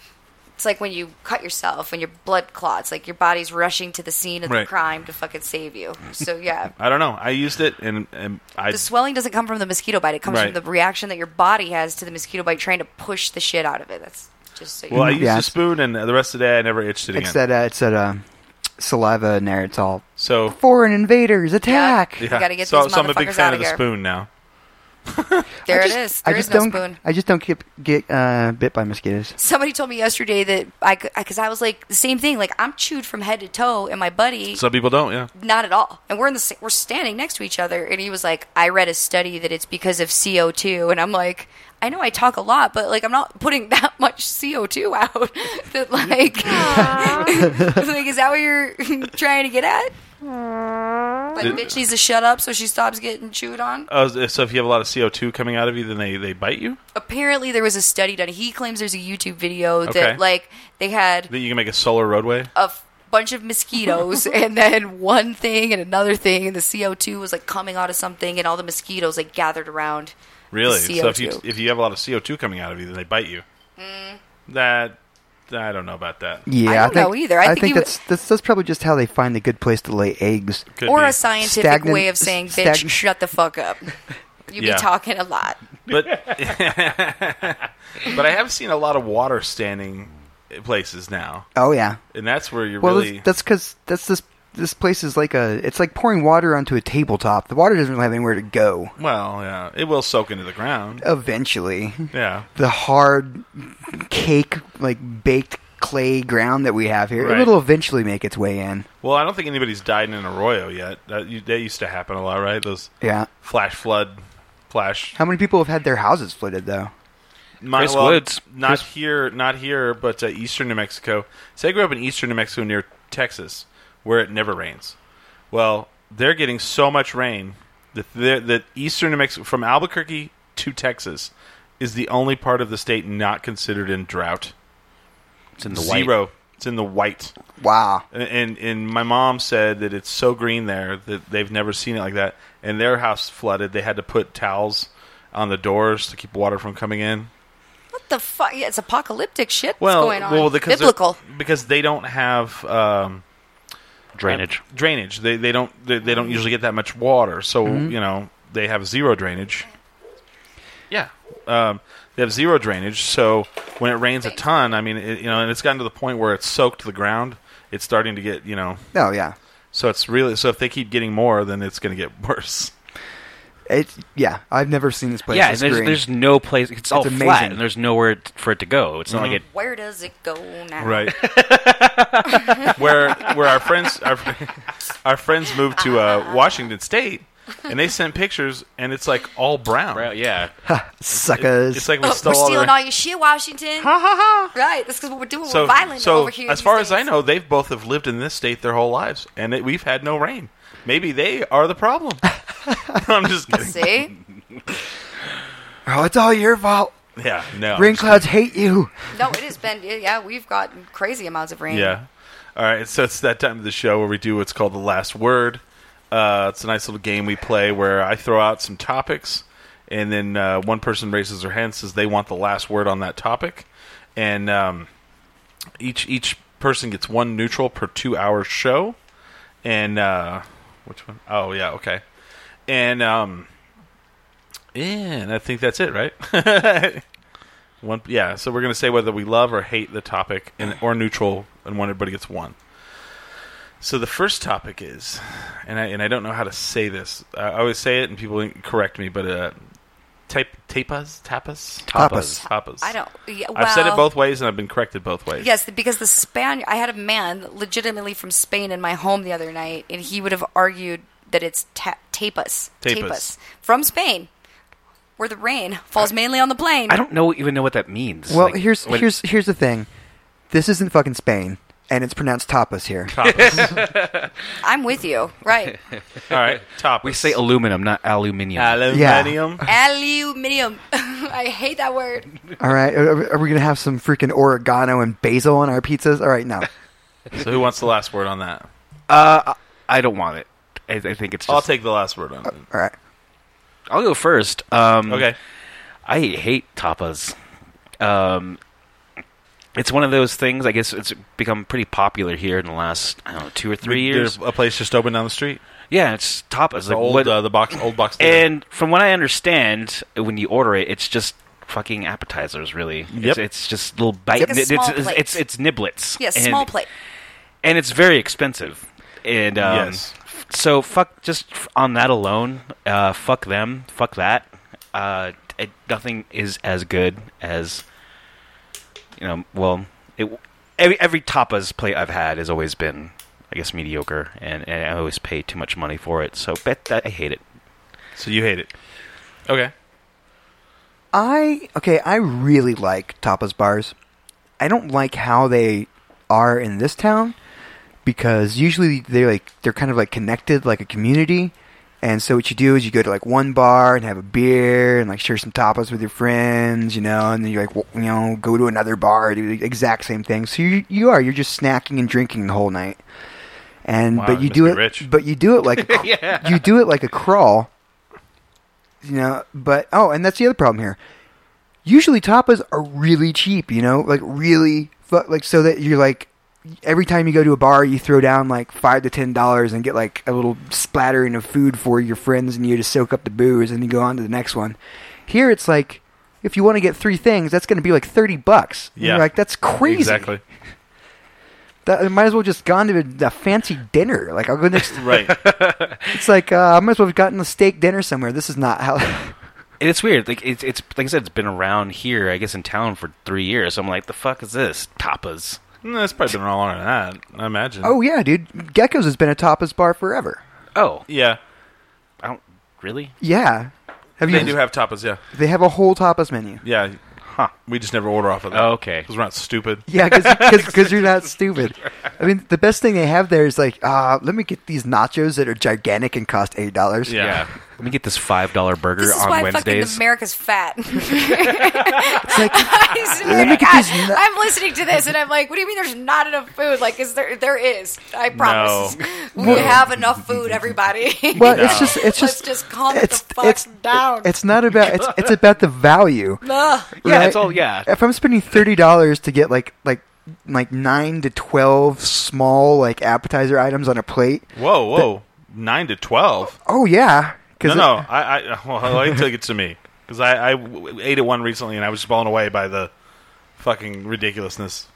It's like when you cut yourself and your blood clots. Like your body's rushing to the scene of the Right. crime to fucking save you. So yeah, I don't know. I used it, and, and I the swelling doesn't come from the mosquito bite. It comes Right. from the reaction that your body has to the mosquito bite, trying to push the shit out of it. That's just so you well, I know. used Yeah. the spoon, and the rest of the day I never itched it again. It's that. Uh, it's that. Uh, saliva in there. It's all so foreign invaders attack. Yeah. yeah. gotta get so, these so I'm a big motherfuckers fan outta of the here. spoon now. there I it just- is. I There is just no don't. spoon. I just don't get get uh, bit by mosquitoes. Somebody told me yesterday that I could, because I was like the same thing. Like I'm chewed from head to toe, and my buddy Some people don't. Yeah, not at all. And we're in the sa- we're standing next to each other, and he was like, "I read a study that it's because of CO two, and I'm like, I know I talk a lot, but like I'm not putting that much CO two out. that like, like is that what you're trying to get at? Like, Did- bitch needs to shut up so she stops getting chewed on. Oh, so if you have a lot of CO2 coming out of you, then they, they bite you. Apparently, there was a study done. He claims there's a YouTube video that Okay. like they had That you can make a solar roadway. a f- bunch of mosquitoes and then one thing and another thing and the CO2 was like coming out of something and all the mosquitoes like gathered around. Really? The So if you CO2. if you have a lot of CO2 coming out of you, then they bite you. Mm. That I don't know about that. Yeah, I don't think, know either. I think you would- that's, that's that's probably just how they find a good place to lay eggs. Could or be. a scientific Stagnant- way of saying, bitch, stagnant- shut the fuck up. You Yeah. be talking a lot. but but I have seen a lot of water standing places now, Oh yeah. and that's where you're Well, really. that's because that's this this place is like a it's like pouring water onto a tabletop. The water doesn't really have anywhere to go. well, yeah, it will soak into the ground. Eventually, Yeah. the hard cake like baked clay ground that we have here Right. it'll eventually make its way in. Well, I don't think anybody's died in an arroyo yet. That, you, that used to happen a lot, right? Those Yeah. flash flood, flash. How many people have had their houses flooded though? My, Chris Woods. Not here, not here, but uh, eastern New Mexico. So I grew up in eastern New Mexico near Texas, where it never rains. Well, they're getting so much rain that they're- that eastern New Mexico, from Albuquerque to Texas, is the only part of the state not considered in drought. It's in the white. Zero. It's in the white. Wow. and and my mom said that it's so green there that they've never seen it like that. And their house flooded; they had to put towels on the doors to keep water from coming in. What the fuck? Yeah, it's apocalyptic shit that's Well, going on. well, because they're- Biblical. because they don't have um, drainage. drainage. They they don't they, they don't usually get that much water, so Mm-hmm. you know they have zero drainage. Yeah, um, they have zero drainage. So when it rains a ton, I mean, it, you know, and it's gotten to the point where it's soaked the ground. It's starting to get you know. Oh yeah. So it's really so if they keep getting more, then it's going to get worse. It's yeah. I've never seen this place. yeah, and this there's, green. there's no place. It's, all flat, amazing. and there's nowhere t- for it to go. It's not like it. Where does it go now? Right. where where our friends our, our friends moved to uh, Washington State, and they sent pictures, and it's like all brown. Well, yeah, suckers. It's like we Oh, stole we're all stealing their- all your shit, Washington. Ha ha ha. Right. That's because what we're doing. So, we're violent so over here. as these far as days. I know, they've both have lived in this state their whole lives, and it, we've had no rain. Maybe they are the problem. I'm just kidding. See? oh, it's all your fault. Yeah, no. Rain clouds hate you. No, it has been. Yeah, we've gotten crazy amounts of rain. Yeah. All right. So it's that time of the show where we do what's called the last word. Uh, it's a nice little game we play where I throw out some topics, and then uh, one person raises their hand and says they want the last word on that topic, and um, each each person gets one neutral per two hour show, and uh, which one? Oh yeah, okay, and um, and I think that's it, right? One, yeah. So we're gonna say whether we love or hate the topic, and or neutral, and one everybody gets one. So the first topic is, and I and I don't know how to say this. I I always say it, and people correct me, but uh, type tapas, tapas, Tapas. tapas. I don't. Yeah, I've said it well- both ways, and I've been corrected both ways. Yes, because the Spaniard. I had a man legitimately from Spain in my home the other night, and he would have argued that it's ta- tapas, Tapas. from Spain, where the rain falls mainly on the plain. I don't know even know what that means. Well, Like, here's when- here's here's the thing. This isn't fucking Spain, and it's pronounced tapas here. I'm with you, right? All right. Tapas. we say aluminum, not aluminium. aluminium. Aluminium. I hate that word. All right, are, are we gonna have some freaking oregano and basil on our pizzas? All right, no. So who wants the last word on that? I don't want it. I, I think it's. Just, I'll take the last word on it. All right, I'll go first. Um, Okay. I hate tapas. Um, it's one of those things. I guess it's become pretty popular here in the last I don't know two or three years. There's a place just opened down the street. Yeah, it's tapas. The like, old what- uh, the box old box. theater. and from what I understand, when you order it, it's just fucking appetizers. Really, it's, it's just little bite. Like a it's, small it's, plate. it's it's niblets. Yes, And- small plate. and it's very expensive. And um, Yes. so fuck just f- on that alone. Uh, fuck them. Fuck that. Uh, it, nothing is as good as you know. Well, it, every every tapas plate I've had has always been, I guess, mediocre, and, and I always pay too much money for it. So bet that I hate it. so you hate it. Okay. I okay. I really like tapas bars. I don't like how they are in this town because usually they're like they're kind of like connected like a community. And so what you do is you go to like one bar and have a beer and like share some tapas with your friends, you know, and then you like w you know go to another bar do the exact same thing. So you you are you're just snacking and drinking the whole night. And Wow, but you you must do be it rich. but you do it like a, cr- you do it like a crawl. You know, but oh, and that's the other problem here usually tapas are really cheap, you know, like really fu- like so that you're like every time you go to a bar, you throw down like five to ten dollars and get like a little splattering of food for your friends and you to soak up the booze and you go on to the next one. Here it's like if you want to get three things, that's going to be like thirty bucks. And Yeah. you're like that's crazy. Exactly. That, I might as well just gone to a, a fancy dinner. Like I'll go next. Right. it's like uh, I might as well have gotten a steak dinner somewhere. This is not how. And it's weird. Like it's it's like I said, it's been around here. I guess in town for three years. So I'm like, the fuck is this tapas? Mm, That's probably been all longer than that, I imagine. oh yeah, dude, Geckos has been a tapas bar forever. Oh, yeah. I don't really. Yeah. Have They you do have tapas, yeah. They have a whole tapas menu. Yeah. Huh. We just never order off of that. Oh, okay. Because we're not stupid. Yeah, because you're not stupid. I mean, the best thing they have there is like, uh, let me get these nachos that are gigantic and cost eight dollars. Yeah. Let me get this five dollar burger This is on why Wednesdays. fucking America's fat. like, I swear Let me to get God, these nu- I'm listening to this and I'm like, what do you mean there's not enough food? Like, is there? There is. I promise. We have enough food, everybody. well, it's just, Let's it's just, just calm the it's, fuck it's, down. It's not about, it's, it's about the value. Ugh. Yeah, right? it's all- yeah. If I'm spending thirty dollars to get like, like, like nine to twelve small like appetizer items on a plate, Whoa, whoa. 9 to 12? oh yeah, No, because no. I, I, well, I took it to me. Because I, I w- ate it one recently and I was blown away by the fucking ridiculousness.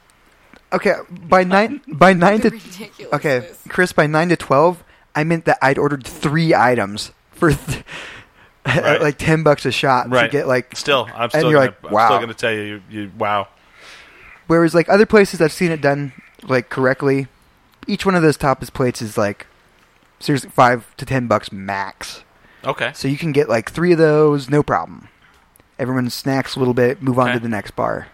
okay, by nine, by nine to Ridiculous. Okay, Chris, by 9 to 12, I meant that I'd ordered three items for th- Right. like ten bucks a shot to Right. get like still, I'm and still you're gonna, like, I'm still wow. going to tell you, you, you wow. Whereas like other places I've seen it done like correctly, each one of those tapas plates is like seriously five to ten bucks max. Okay. So you can get like three of those, no problem. Everyone snacks a little bit, move on Okay. to the next bar.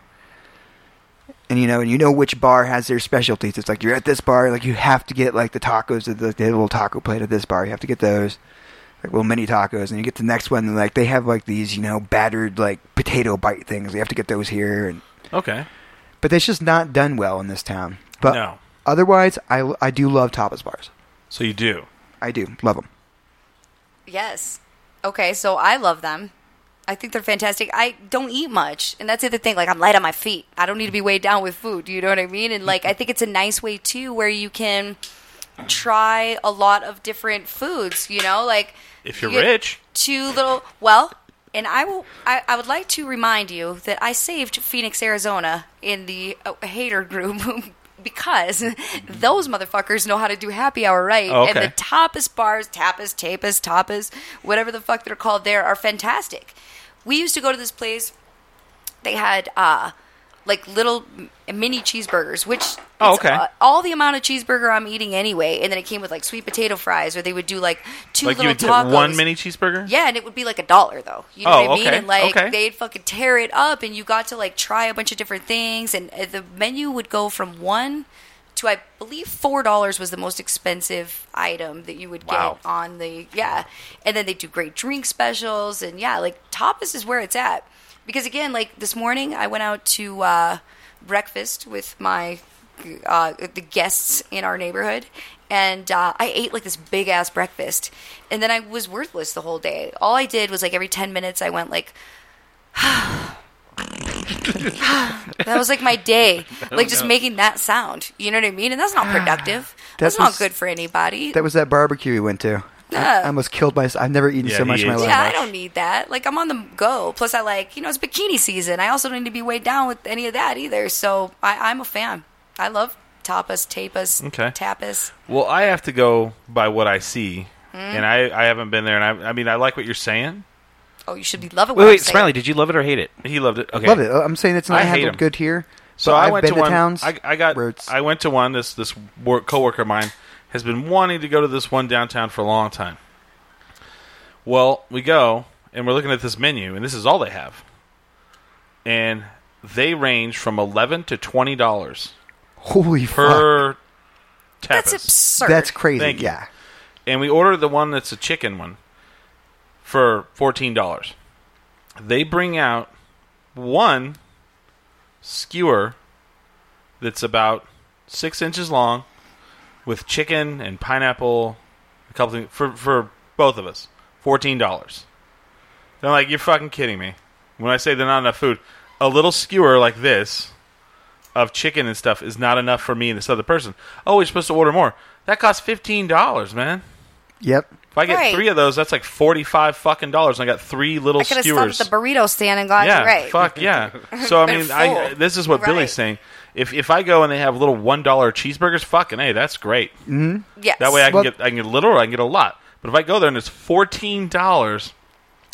And you know, and you know which bar has their specialties. It's like you're at this bar, like you have to get like the tacos, of the, the little taco plate at this bar. You have to get those, like little mini tacos, and you get the next one. And like they have like these, you know, battered like potato bite things. You have to get those here, and Okay. but that's just not done well in this town. But No. otherwise, I I do love tapas bars. So you do. I do love them. Yes. Okay, so I love them. I think they're fantastic. I don't eat much, and that's the other thing. Like I'm light on my feet. I don't need to be weighed down with food. You know what I mean? And like I think it's a nice way too, where you can try a lot of different foods. You know, like If you're you get rich. two little well. And I will. I, I would like to remind you that I saved Phoenix, Arizona, in the uh, hater group because those motherfuckers know how to do happy hour right, Oh, and okay. the tapas bars, tapas, tapas, tapas, whatever the fuck they're called there, are fantastic. We used to go to this place. They had uh, like little m- mini cheeseburgers, which Oh, it's, okay. uh, all the amount of cheeseburger I'm eating anyway, and then it came with like sweet potato fries, or they would do like two Like you little would get tacos. one mini cheeseburger? Yeah, and it would be like a dollar though. You know Oh, what I mean? okay, And like okay. they'd fucking tear it up, and you got to like try a bunch of different things, and uh, the menu would go from one to I believe four dollars was the most expensive item that you would Wow. get on the yeah, and then they do great drink specials, and yeah, like tapas is where it's at because again, like this morning I went out to uh, breakfast with my uh, the guests in our neighborhood, and uh, I ate like this big ass breakfast, and then I was worthless the whole day. All I did was like every ten minutes I went like. that was like my day, Oh, like just making that sound. You know what I mean? And that's Ah, not productive. that's was- not good for anybody. That was that barbecue we went to. I, I almost killed myself. I've never eaten Yeah, so he much in my ate life. yeah, I don't need that. Like I'm on the go. Plus, I like you know it's bikini season. I also don't need to be weighed down with any of that either. So I, I'm a fan. I love tapas, tapas, Okay. tapas. Well, I have to go by what I see, Hmm. and I, I haven't been there. And I, I mean, I like what you're saying. Oh, you should be loving. Wait, what wait, I'm saying. Smiley, did you love it or hate it? He loved it. Okay, Love it. Oh, I'm saying it's I not hate handled 'em. good here. So but I I've went been to one. towns. I, I got. where it's- I went to one. This this work coworker of mine has been wanting to go to this one downtown for a long time. Well, we go and we're looking at this menu, and this is all they have, and they range from eleven to twenty dollars holy fuck. per tapas. That's absurd. That's crazy. Thank you. yeah. and we ordered the one that's a chicken one for fourteen dollars. They bring out one skewer that's about six inches long with chicken and pineapple, a couple things for for both of us, fourteen dollars. They're like, you're fucking kidding me. When I say they're not enough food, a little skewer like this of chicken and stuff is not enough for me and this other person. Oh, we're supposed to order more. That costs fifteen dollars, man. Yep. If I get Right. three of those, that's like forty-five fucking dollars. And I got three little I could have skewers. stopped at the burrito stand and gone yeah, right. fuck yeah. So I mean, They're I full. this is what Right. Billy's saying. If if I go and they have little one dollar cheeseburgers, fucking hey, that's great. Yes. That way I can Well- get I can get a little or I can get a lot. But if I go there and it's fourteen dollars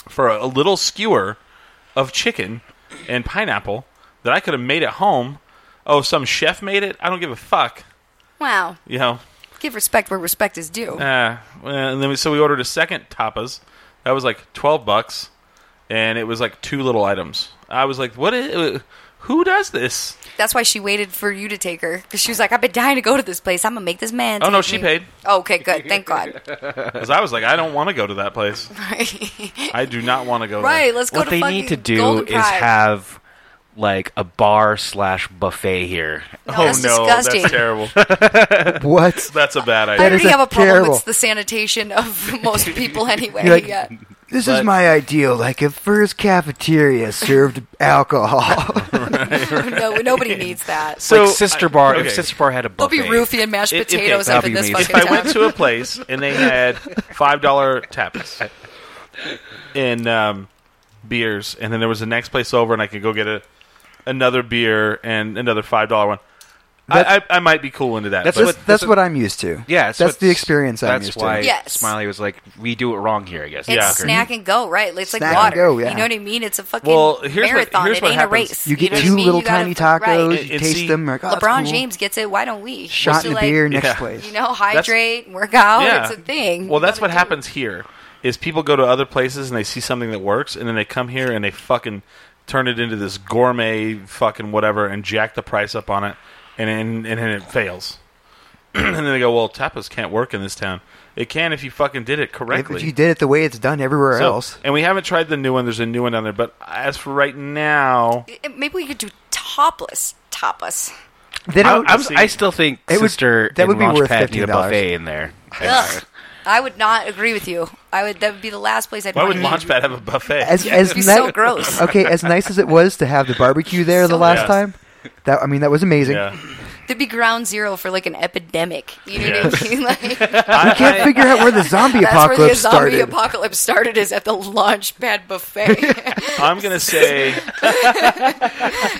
for a, a little skewer of chicken and pineapple that I could have made at home. Oh, some chef made it. I don't give a fuck. wow. You know. Give respect where respect is due. Uh, and then we, so we ordered a second tapas. That was like twelve bucks, and it was like two little items. I was like, "What? Is, who does this?" That's why she waited for you to take her because she was like, "I've been dying to go to this place. I'm gonna make this man." Oh, no, take she me." paid. Okay, good. Thank God. Because I was like, "I don't want to go to that place. I do not want to go." right. Let's go what to they fucking need to do Golden is Pride. have like a bar slash buffet here. There. No, Oh that's no, disgusting. that's terrible. What? That's a bad I idea. is already a have a problem terrible- with the sanitation of most people anyway. You're like- yeah. This is my ideal. Like a first cafeteria served alcohol. No, nobody needs that. So like Sister Bar, okay. if Sister Bar had a They'll buffet, be roofie and mashed It- it- potatoes okay, up in that'd this be fucking if I went town. to a place and they had five dollar tapas and um, beers, and then there was the next place over, and I could go get a another beer and another five dollar one. I, I I might be cool into that. That's but That's, what- that's that's what I'm used to. Yeah, that's, that's the what's- experience I'm That's used why to. Yes. Smiley was like, "We do it wrong here, I guess." It's Yeah. snack and go, right? It's like Snack and water. go, yeah. You know what I mean? It's a fucking Well, here's what- marathon. here's it what ain't a happens. race. You get know what I two mean? little You gotta- tiny tacos, right. you And taste see, them. You're like, oh, that's LeBron cool. James gets it. Why don't we? shot So, in a like, beer, next Yeah. place. You know, hydrate, work out. yeah. It's Oh, a thing. Well, that's You what gotta do- happens here. Is people go to other places and they see something that works, and then they come here and they fucking turn it into this gourmet fucking whatever, and jack the price up on it, and and, and then it fails. and then they go, "Well, tapas can't work in this town. It can if you fucking did it If correctly." you did it the way it's done everywhere So- else, And we haven't tried the new one. There's a new one down there, but as for right now, Eh, Maybe we could do topless tapas. they I, don't. I'm- See. I still think It would- Sister that and would be Launch worth Pad need a $15. buffet in there. Ugh. I would not agree with you. I would. That would be the last place I'd why want would to Launchpad have a buffet? as as It'd be ni- so gross. okay, as nice as it was to have the barbecue there the So last gross. time, that I mean that was amazing. yeah. There'd be ground zero for like an epidemic. You know what I mean? Like, We can't figure out where the zombie that's where the apocalypse zombie started. apocalypse started is at the Launchpad buffet. I'm gonna say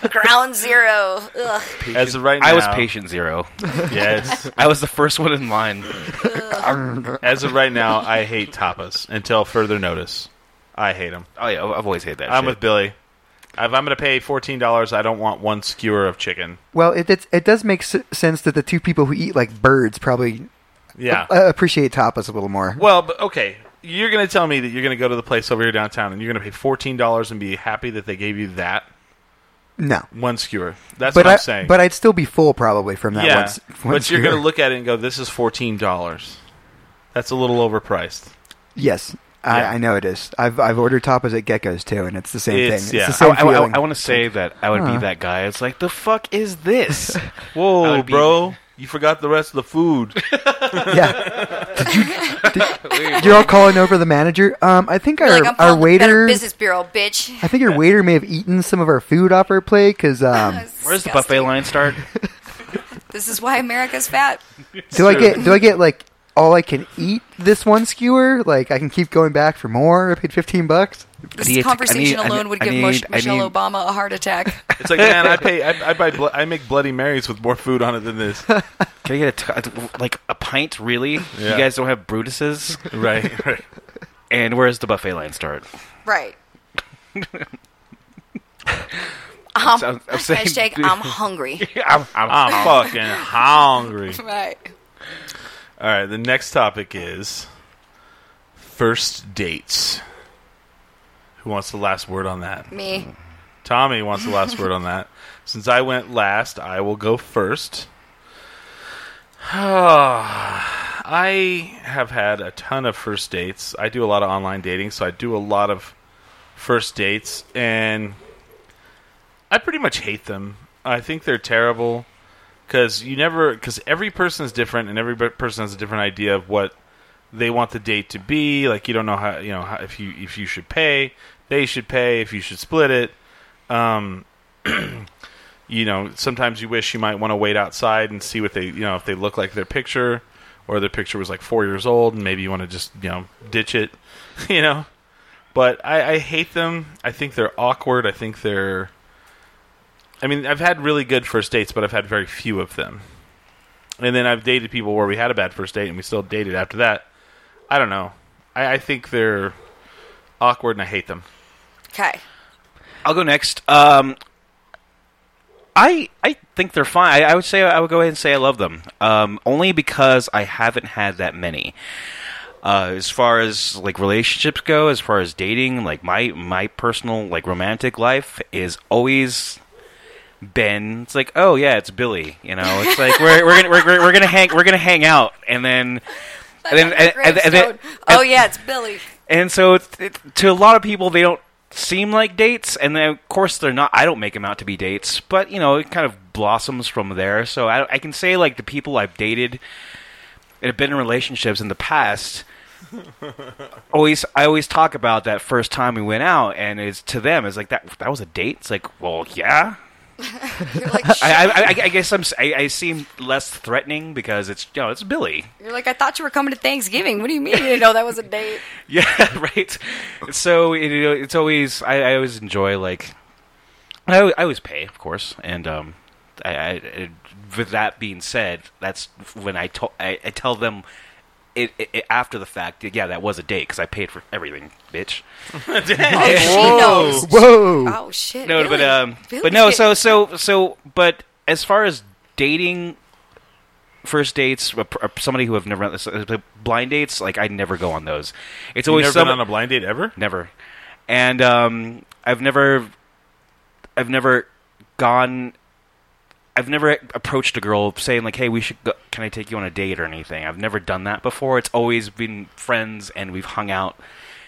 ground zero. Ugh. as of right now, I was patient zero. Yes. I was the first one in line. As of right now, I hate tapas until further notice. I hate them. Oh yeah, I've always hated that. I'm shit. with Billy. If I'm going to pay fourteen dollars, I don't want one skewer of chicken. well, it, it's it does make s- sense that the two people who eat like birds probably Yeah. uh, appreciate tapas a little more. well, but okay. You're going to tell me that you're going to go to the place over here downtown and you're going to pay fourteen dollars and be happy that they gave you that No, one skewer. That's but what I, I'm saying. but I'd still be full probably from that. yeah. once, once but you're going to year. look at it and go, "This is fourteen dollars. That's a little overpriced." Yes, I, Yeah. I know it is. I've I've ordered tapas at Geckos too, and it's the same It's- thing. yeah. It's the I, same feeling. want to say that I would Huh. be that guy. It's like the fuck is this? I Whoa, would be- bro! You forgot the rest of the food. yeah. Did you, are all calling over the manager. Um, I think our Like I'm our calling the Better waiter. Business Bureau, bitch. I think your waiter may have eaten some of our food off our plate because um, Where's the Disgusting. buffet line start? This is why America's fat. do I get do I get like all I can eat this one skewer? Like I can keep going back for more. I paid fifteen bucks. This I need- I conversation need- I alone need- would I give need- Mush- I Michelle need- Obama a heart attack. It's like, man, I pay, I, I buy, blo- I make Bloody Marys with more food on it than this. Can I get a t- uh, like a pint? Really? Yeah. You guys don't have Brutuses? right, right. And where's the buffet line start? right. um, I'm- I'm saying- hashtag I'm hungry. I'm, I'm, I'm fucking hungry. right. All right, the next topic is first dates. Who wants the last word on that? Me. Tommy wants the last word on that. Since I went last, I will go first. I have had a ton of first dates. I do a lot of online dating, so I do a lot of first dates, and I pretty much hate them. I think they're terrible because you never, because every person is different, and every person has a different idea of what they want the date to be. Like you don't know how you know how, if you if you should pay, they should pay, if you should split it. Um, you know, sometimes you wish you might want to wait outside and see what they you know if they look like their picture or their picture was like four years old, and maybe you want to just you know ditch it. You know, but I, I hate them. I think they're awkward. I think they're. I mean, I've had really good first dates, but I've had very few of them. And then I've dated people where we had a bad first date and we still dated after that. I don't know. I, I think they're awkward and I hate them. Okay. I'll go next. Um, I I think they're fine. I, I would say I would go ahead and say I love them, um, only because I haven't had that many. Uh, as far as like relationships go, as far as dating, like my my personal like romantic life is always been. It's like oh yeah, it's Billy. You know, it's like we're we're gonna, we're, we're, we're gonna hang we're gonna hang out, and then and then and, and, and then oh yeah, it's Billy. and so, it's, it, to a lot of people, they don't seem like dates, and then, of course they're not. I don't make them out to be dates, but you know, it kind of blossoms from there. So I, I can say like the people I've dated and have been in relationships in the past. always, I always talk about that first time we went out, and it's to them, it's like that. That was a date. It's like, well, yeah, You're like, "Shit." I, I, I, I guess I'm, s- I, I seem less threatening because it's, you know, it's Billy. you're like, I thought you were coming to Thanksgiving. What do you mean? You didn't know that was a date. Yeah, right. So it, you know, it's always I, I always enjoy like I, al- I always pay, of course, and um, I, I, I- with that being said, that's when I, to, I, I tell them it, it, it after the fact. Yeah, that was a date because I paid for everything, bitch. Oh, she knows. Whoa. Oh shit. No, Billy. but um, Billy but no. did- So so so. But as far as dating, first dates, uh, pr- uh, somebody who have never uh, blind dates, like I never go on those. It's You've always never some, been on a blind date ever? never, and um, I've never, I've never gone. I've never approached a girl saying like, "Hey, we should. Go, can I take you on a date or anything?" I've never done that before. It's always been friends, and we've hung out.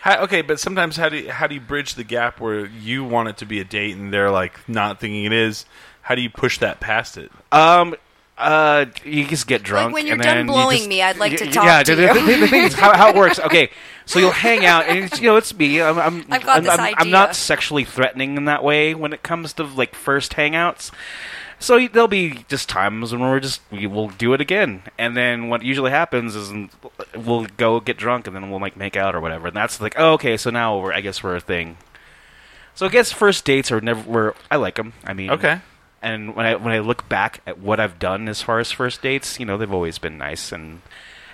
How, okay, but sometimes how do you, how do you bridge the gap where you want it to be a date and they're like not thinking it is? How do you push that past it? Um, uh, you just get drunk. when you're and then done you blowing just- me, I'd like to y- talk yeah, to the, you. The, the, the thing is how, how it works. Okay, so you'll hang out, and it's, you know it's me. I'm, I'm I've got I'm, this I'm, I'm idea. not sexually threatening in that way when it comes to like first hangouts. So y- there'll be just times when we're just we will do it again, and then what usually happens is we'll go get drunk, and then we'll like make out or whatever, and that's like oh, okay, so now we're I guess we're a thing. So I guess first dates are never. Were, I like them. I mean, Okay. And when I when I look back at what I've done as far as first dates, you know, they've always been nice and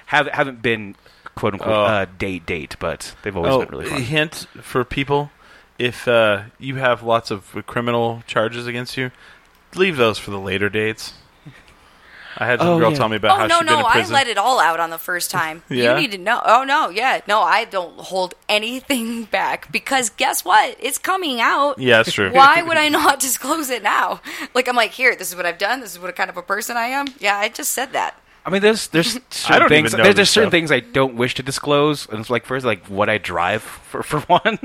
have haven't been quote unquote Oh. uh, date date, but they've always been really fun. hint for people: if uh, you have lots of criminal charges against you, leave those for the later dates. I had some Oh, girl yeah. tell me about Oh how no she'd been no! in I prison. let it all out on the first time. Yeah? You need to know. Oh no, yeah, no, I don't hold anything back because guess what? It's coming out. yeah, that's true. Why would I not disclose it now? Like I'm like, here, this is what I've done. This is what kind of a person I am. Yeah, I just said that. I mean, there's there's I certain don't things even know this there's, there's certain stuff. things I don't wish to disclose, and it's like first like what I drive for for one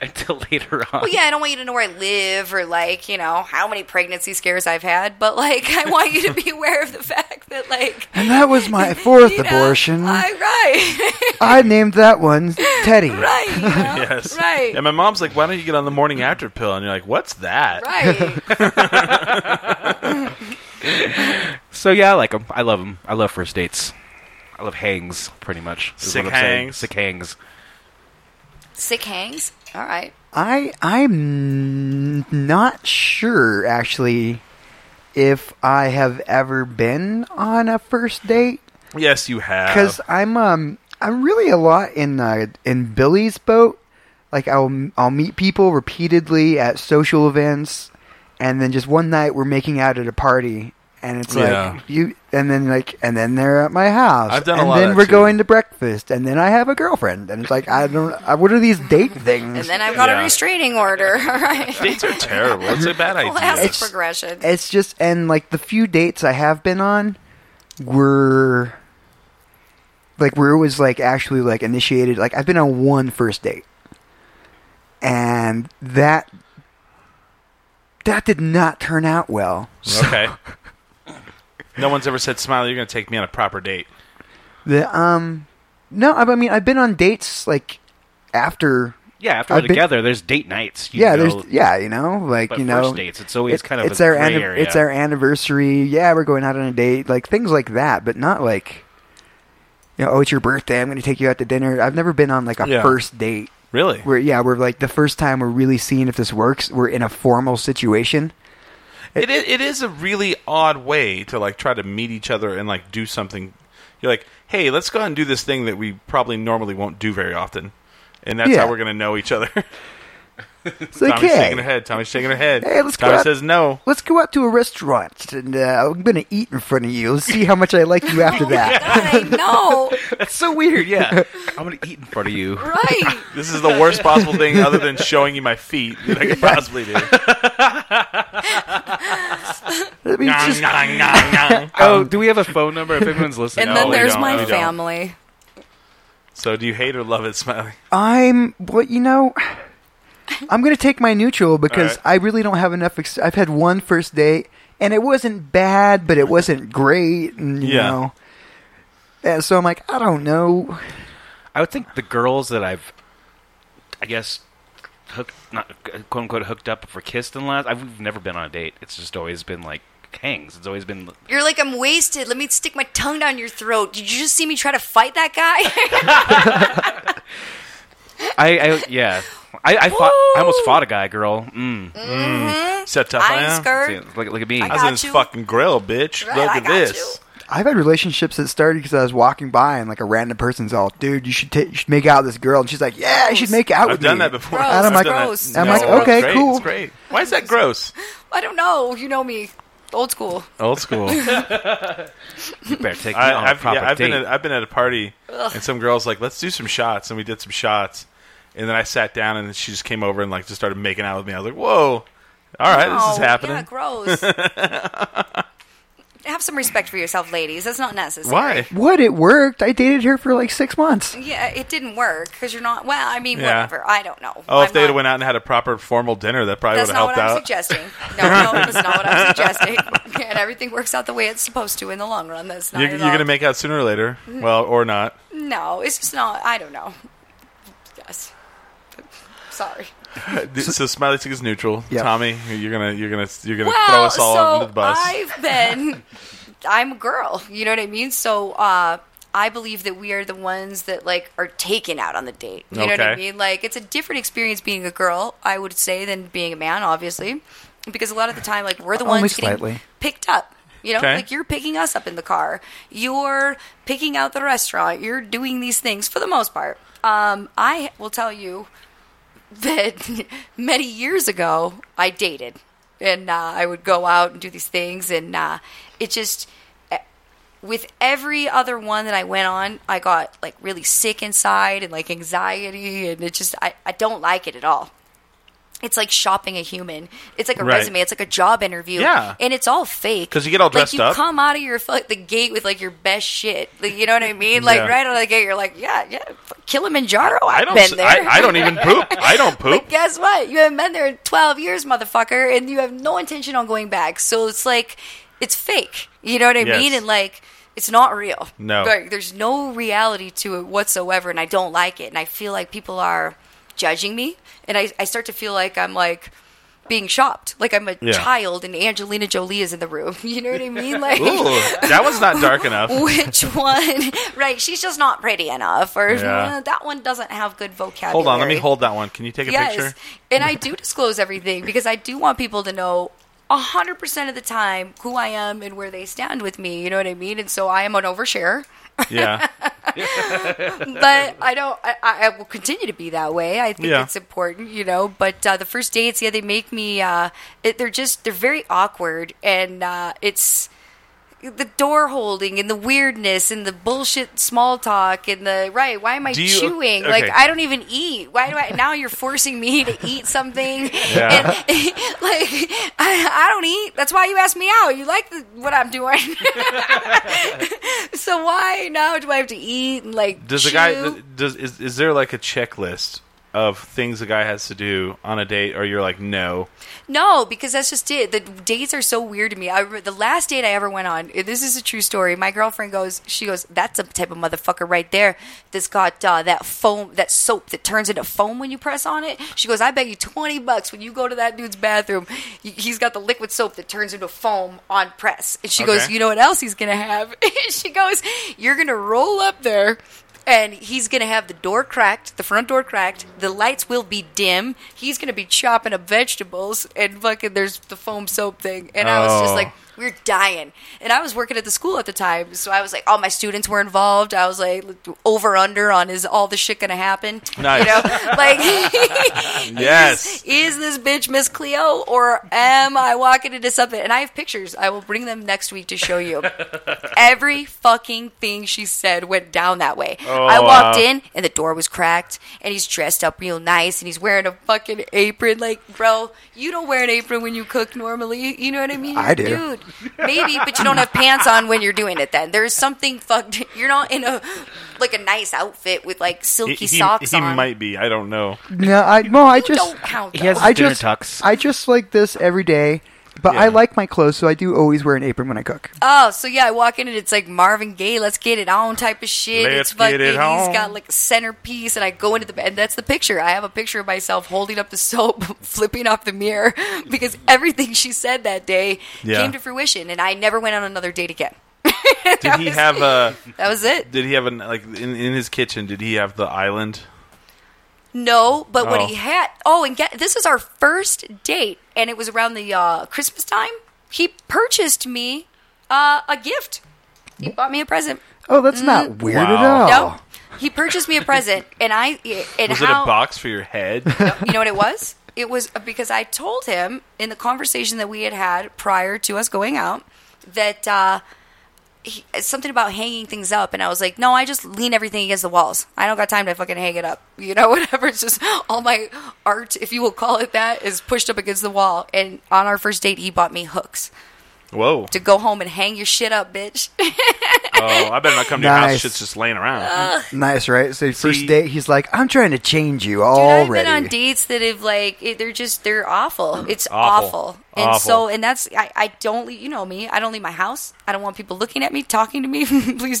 until later on. Well, yeah, I don't want you to know where I live or like you know how many pregnancy scares I've had, but like I want you to be aware of the fact that like And that was my fourth you know, abortion. I, I, right. named that one Teddy. right. you know? Yes. Right. And my mom's like, "Why don't you get on the morning after pill?" And you're like, "What's that?" Right. So yeah, I like them. I love them. I love first dates. I love hangs pretty much. is Sick what I'm saying. hangs. Sick hangs. Sick hangs. All right. I I'm not sure actually if I have ever been on a first date Yes, you have. because I'm um I'm really a lot in uh, in Billy's boat. Like I'll I'll meet people repeatedly at social events, and then just one night we're making out at a party, and it's like Yeah. you, and then like and then they're at my house, I've done a and lot of then that, we're too. going to breakfast, and then I have a girlfriend, and it's like I don't I, what are these date And things? then I've got Yeah. a restraining order. All right. dates are terrible. It's a bad idea. Classic It's- progression. it's just and like the few dates I have been on were like where it was like actually like initiated like I've been on one first date. And that that did not turn out well. Okay. No one's ever said, "Smiley, you're going to take me on a proper date." The um no, I I mean I've been on dates like after Yeah, after I've we're been- together, there's date nights. You yeah, go- there's yeah, you know, like But you know, first dates, it's always kind of it's a our gray anni- area. it's our anniversary. Yeah, we're going out on a date, like things like that, but not like you know, oh, it's your birthday. I'm going to take you out to dinner. I've never been on like a Yeah. first date Really? where yeah, we're like the first time we're really seeing if this works. We're in a formal situation. It is, it is a really odd way to like try to meet each other and like do something. You're like, hey, let's go out and do this thing that we probably normally won't do very often, and that's Yeah. how we're gonna know each other. It's like, Tommy's shaking her hey, head. Tommy's shaking her head. Hey, let's go Tommy out- says no. let's go out to a restaurant and uh, I'm going to eat in front of you. Let's see how much I like you after that. I know. That's so weird. Yeah, I'm gonna eat in front of you. Um, Right. This is the worst possible thing, other than showing you my feet that I could possibly do. I mean, it's just- Oh, do we have a phone number if anyone's listening? And No, then we there's don't. my We don't. family. so, do you hate or love it, Smiley? I'm well, you know, I'm gonna take my neutral because All I really don't have enough. Ex- I've had one first date, and it wasn't bad, but it wasn't great, and you Yeah. know. And so I'm like, I don't know. I would think the girls that I've, I guess, hooked, not quote unquote hooked up for kissed and last. I've we've never been on a date. It's just always been like hangs. It's always been. You're like, I'm wasted. Let me stick my tongue down your throat. Did you just see me try to fight that guy? I, I yeah. I I, fought, I almost fought a guy, girl. Mm. See how tough I, I ain't am? scared. See, look, look at me. I I was got in this you. fucking grill, bitch. Right, Look I at got this. I've had relationships that started because I was walking by and like a random person's all, dude, you should, ta- you should make out with this girl, and she's like, yeah, you should make out I've with done me. that before. Gross, I've I'm like- done that. gross. I'm No, like, it's okay, great, cool. It's great. Why is that gross? I don't know. You know me. Old school. Old school. You better take me on I, a I've, proper yeah, I've date. been at, I've been at a party and some girls like let's do some shots and we did some shots and then I sat down and she just came over and like just started making out with me. I was like, whoa, all right, this is Oh, happening. Yeah, gross. Have some respect for yourself, ladies. That's not necessary. Why? What? It worked. I dated her for like six months. Yeah, it didn't work because you're not. Well, I mean, Yeah. whatever. I don't know. Oh, if I'm they'd not- have went out and had a proper formal dinner, that probably would That's have not helped what I'm out. suggesting. No, no, that's not what I'm suggesting. And everything works out the way it's supposed to in the long run. That's not. You're, at you're all- Mm-hmm. gonna make out sooner or later, well, or not. No, it's just not. I don't know. Yes. Sorry. Uh, So, Smiley Stick is neutral. Yeah. Tommy, you're gonna you're gonna you're gonna Well, throw us all so out into the bus. I've been, I'm a girl. You know what I mean? So uh, I believe that we are the ones that like are taken out on the date. You know what I Okay. mean? Like it's a different experience being a girl, I would say, than being a man, obviously, because a lot of the time, like we're the Only ones getting slightly. picked up. You know, Okay. like you're picking us up in the car, you're picking out the restaurant, you're doing these things for the most part. Um, I will tell you that many years ago I dated, and uh, I would go out and do these things, and uh, it just eh, with every other one that I went on, I got like really sick inside and like anxiety, and it just I, I don't like it at all. It's like shopping a human. It's like a Right. resume. It's like a job interview. Yeah. and it's all fake 'Cause you get all dressed like, you up. come out of your like, the gate with like your best shit. Like, you know what I mean? Like Yeah. right out of the gate, you're like, yeah, yeah, Kilimanjaro. I've I don't. been s- there. I, I don't even poop. I don't poop. But guess what? You haven't been there in 12 years, motherfucker, and you have no intention on going back. So it's like, it's fake. You know what I Yes. mean? And like, it's not real. No. Like, there's no reality to it whatsoever, and I don't like it. And I feel like people are judging me, and I, I start to feel like I'm like, being shopped like I'm a Yeah. child and Angelina Jolie is in the room. You know what I mean? Like, Ooh, that was not dark enough. which one? right? She's just not pretty enough, or Yeah. "Mm, that one doesn't have good vocabulary. Hold on, let me hold that one. Can you take a Yes, picture? and I do disclose everything because I do want people to know. 100% of the time who I am and where they stand with me, you know what I mean? And so I am an overshare, Yeah. but I don't I, I I will continue to be that way. I think Yeah. it's important, you know, but uh, the first dates, yeah, they make me uh it, they're just they're very awkward and uh it's the door holding and the weirdness and the bullshit small talk and the right why am i Do you- chewing okay. like i don't even eat why do i now you're forcing me to eat something Yeah. and, like I, I don't eat that's why you asked me out you like the, what i'm doing so why now do i have to eat and like Does chew? the guy does is, is there like a checklist of things the guy has to do on a date or you're like no. No, because that's just it. The dates are so weird to me. I remember the last date I ever went on. eh, This is a true story. My girlfriend goes, she goes, that's a type of motherfucker right there. That's got uh, that foam, that soap that turns into foam when you press on it. She goes, I bet you twenty bucks when you go to that dude's bathroom, y- he's got the liquid soap that turns into foam on press. And she goes, Okay. you know what else he's gonna have? she goes, you're gonna roll up there. And he's going to have the door cracked, the front door cracked. The lights will be dim. He's going to be chopping up vegetables. And fucking, there's the foam soap thing. And I was just Oh. like, we're dying. And I was working at the school at the time. So I was like, all my students were involved. I was like, over under on is all the shit going to happen? Nice. You know, like, Yes. is this bitch Miss Cleo or am I walking into something? And I have pictures. I will bring them next week to show you. Every fucking thing she said went down that way. I Oh, wow. walked in and the door was cracked and he's dressed up real nice and he's wearing a fucking apron. Like, bro, you don't wear an apron when you cook normally. You know what I mean? I do. Dude, maybe, but you don't have pants on when you're doing it then. There's something fucked. You're not in a like a nice outfit with like silky He, he, socks he on. might be. I don't know. No, I no, I You just don't count. He has though. I dinner just tux. I just like this every day, but I Yeah. like my clothes, so I do always wear an apron when I cook. Oh, so yeah, I walk in and it's like Marvin Gaye, let's get it on type of shit. Let's it's fucking, get it on. he's got like a centerpiece, and I go into the and that's the picture. I have a picture of myself holding up the soap, flipping off the mirror because everything she said that day Yeah. came to fruition, and I never went on another date again. Did he have a That was it. did he have an like in, in his kitchen did he have the island? No, but Oh. what he had. Oh, and get this is our first date, and it was around the uh, Christmas time. He purchased me uh, a gift. He bought me a present. Oh, that's not Mm. weird at Wow. all. No, Oh. he purchased me a present, and I eh, and Oh. Was how it a box for your head? you know what it was? It was uh, because I told him in the conversation that we had had prior to us going out that uh, he, something about hanging things up, and I was like, "No, I just lean everything against the walls. I don't got time to fucking hang it up. You know, whatever. It's just all my art, if you will call it that, is pushed up against the wall." And on our first date, he bought me hooks Whoa. to go home and hang your shit up, bitch. Oh, I better not come to your house. Nice. Shit's just laying around. Uh, Nice, right? So first See- date, he's like, "I'm trying to change you Dude, already." I've been on dates that have like it, they're just they're awful. It's Awful. awful, and Awful. so and that's I, I don't leave you know me. I don't leave my house. I don't want people looking at me, talking to me. Please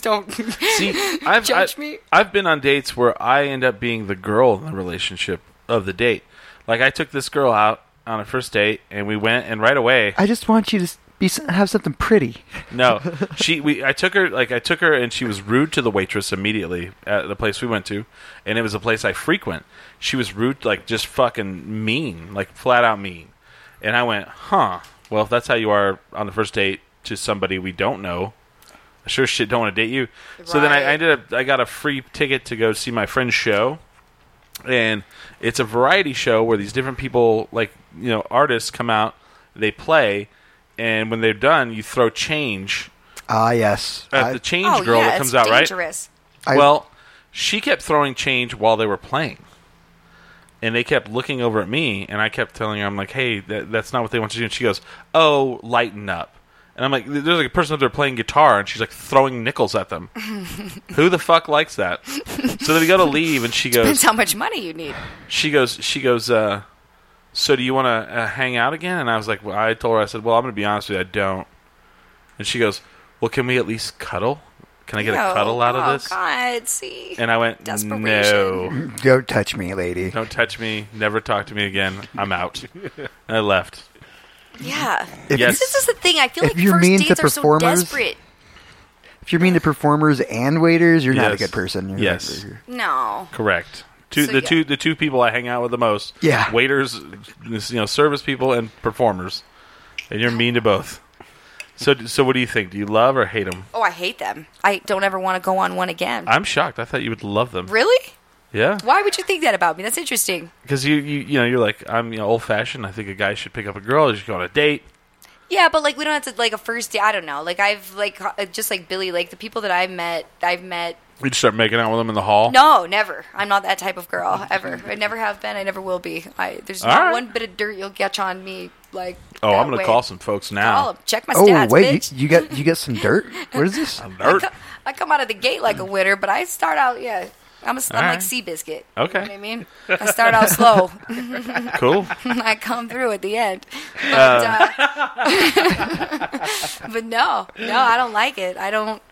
don't. See, I've, Judge I, me. have been on dates where I end up being the girl in the relationship of the date. Like I took this girl out on a first date, and we went, and right away, I just want you to s- be s- have something pretty. no, she, we, I took her, like I took her, and she was rude to the waitress immediately at the place we went to, and it was a place I frequent. She was rude, like just fucking mean, like flat out mean, and I went, huh? Well, if that's how you are on the first date to somebody we don't know, I sure shit don't want to date you. So then I, I Right. ended up I got a free ticket to go see my friend's show, and it's a variety show where these different people, like you know, artists come out, they play, and when they're done, you throw change Ah, yes. at I- the change girl that comes Oh, it's out, right? dangerous. I- well, she kept throwing change while they were playing. And they kept looking over at me, and I kept telling her, I'm like, hey, that, that's not what they want you to do. And she goes, oh, lighten up. And I'm like, there's like a person up there playing guitar, and she's like throwing nickels at them. Who the fuck likes that? So then we go to leave, and she goes, Depends how much money you need. she goes, she goes, uh, so do you want to uh, hang out again? And I was like, well, I told her, I said, well, I'm going to be honest with you, I don't. And she goes, well, can we at least cuddle? Can I get a No. cuddle out of Oh, this? God, see. And I went, Desperation. no, Don't touch me, lady. don't touch me. Never talk to me again. I'm out. And I left. yeah. If, Yes. This is the thing. I feel If like you're first mean to dates are so performers- desperate. if you mean the performers and waiters, you're not a Yes. good person. You're Yes. not- No. Correct. Two, So, the yeah. two the two people I hang out with the most. Yeah. Waiters, you know, service people and performers. And you're mean to both. So so what do you think? Do you love or hate them? Oh, I hate them. I don't ever want to go on one again. I'm shocked. I thought you would love them. really? Yeah. Why would you think that about me? That's interesting. Because you, you you know you're like I'm you know, old fashioned. I think a guy should pick up a girl. You should go on a date. Yeah, but like we don't have to like a first date. I don't know. Like I've like uh, just like Billy, like the people that I've met, I've met. We'd start making out with them in the hall. No, never. I'm not that type of girl ever. I never have been. I never will be. I there's All not right. one bit of dirt you'll catch on me. Like Oh, that I'm gonna way. call some folks now. Call 'em. Check my Oh stats, wait, bitch. you, you got you got some dirt. What is this? Nerd. I come out of the gate like a winner, but I start out yeah. I'm a, All I'm right. like sea biscuit. Okay. You know what I mean, I start out slow. Cool. I come through at the end. But, uh, but no, no, I don't like it. I don't.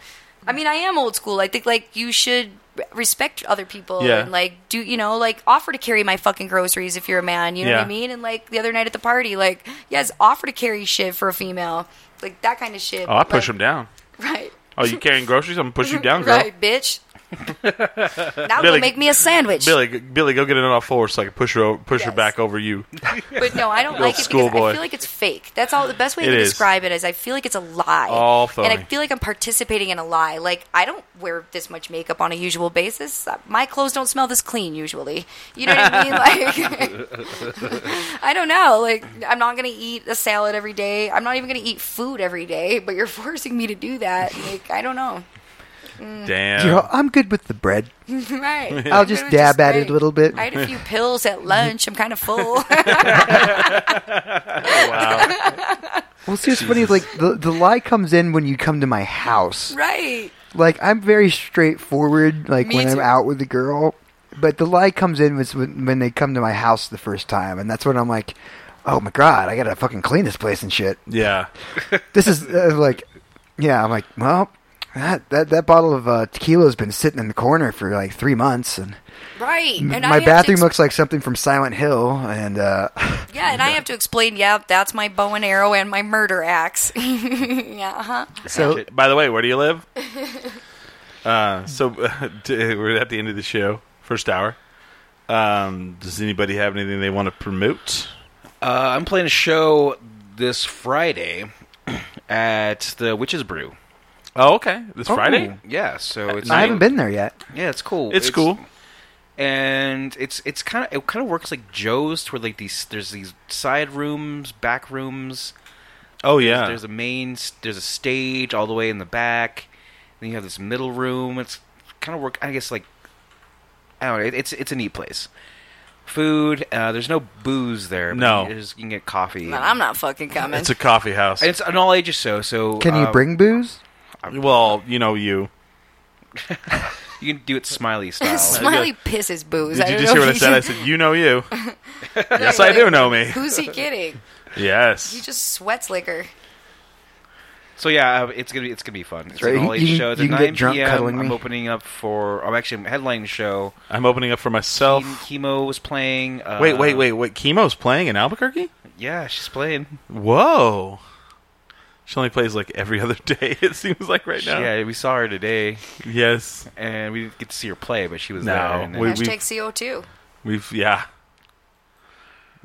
I mean, I am old school. I think like you should re- respect other people Yeah. and like do you know like offer to carry my fucking groceries if you're a man. You know what Yeah. I mean? And like the other night at the party, like yes, offer to carry shit for a female, like that kind of shit. Oh, I push them Like, down. right. Oh, you carrying groceries? I'm gonna push you down, girl. Right, bitch. now Billy- go make me a sandwich. Billy, g- Billy, go get it on floor so I can push her, o- push her Yes. Mm-hmm. back over you. But no, I don't like it because schoolboy. I feel like it's fake. That's all. The best way It to is. describe it is I feel like it's a lie. All phony. And I feel like I'm participating in a lie. Like I don't wear this much makeup on a usual basis. Uh, My clothes don't smell this clean usually. You know what I mean? Like I don't know. Like I'm not gonna eat a salad every day. I'm not even gonna eat food every day. But you're forcing me to do that. Like I don't know. Damn. You know, I'm good with the bread. Right. I'll just It was dab at great. it a little bit. I had a few pills at lunch. I'm kind of full. Well, see, it's funny. Like the the lie comes in when you come to my house. right. Like I'm very straightforward. Like Me when I'm too. out with a girl, but the lie comes in was when, when they come to my house the first time, and that's when I'm like, oh my god, I gotta fucking clean this place and shit. Yeah. This is uh, like, yeah, I'm like, well, that that, that bottle of uh, tequila has been sitting in the corner for like three months, and, Right. And I my have to bathroom exp- looks like something from Silent Hill, and uh, Yeah, and I have to explain, yeah, that's my bow and arrow and my murder axe. yeah, uh-huh. so Shit. By the way, where do you live? uh, so uh, t- we're at the end of the show, first hour, Um, does anybody have anything they want to promote? Uh, I'm playing a show this Friday at the Witches Brew. Oh, okay. This Friday. Yeah, so it's I haven't been there yet. Yeah, it's cool. It's cool. and it's it's kind of it kind of works like Joe's, where like these there's these side rooms, back rooms. Oh yeah. There's a main, s- there's a stage all the way in the back. Then you have this middle room. It's kind of work. I guess like I don't know. It, it's it's a neat place. Food. Uh, there's no booze there. but No. you, just, you can get coffee. Man, I'm not fucking coming. it's a coffee house. And it's an all ages show. So Can uh, you bring booze? well, you know you. You can do it smiley style. Smiley pisses booze. Did I you don't just hear know what I if said? I he- said you know you. yes, I do know me. Who's he kidding? He Yes. just sweats liquor. So yeah, uh, it's gonna be it's gonna be fun. It's right. an You- all age you- show. It's you at can get 9 drunk p.m. cuddling I'm me. opening up for. I'm actually I'm headlining the show. I'm opening up for myself. Chemo was playing. Uh, Oh. wait, wait, wait, wait. Chemo's playing in Albuquerque. Yeah, she's playing. Whoa. She only plays like every other day. It seems like right now. Yeah, we saw her today, Yes. and we didn't get to see her play, but she was No, there. and- we- Hashtag CO2. We've yeah.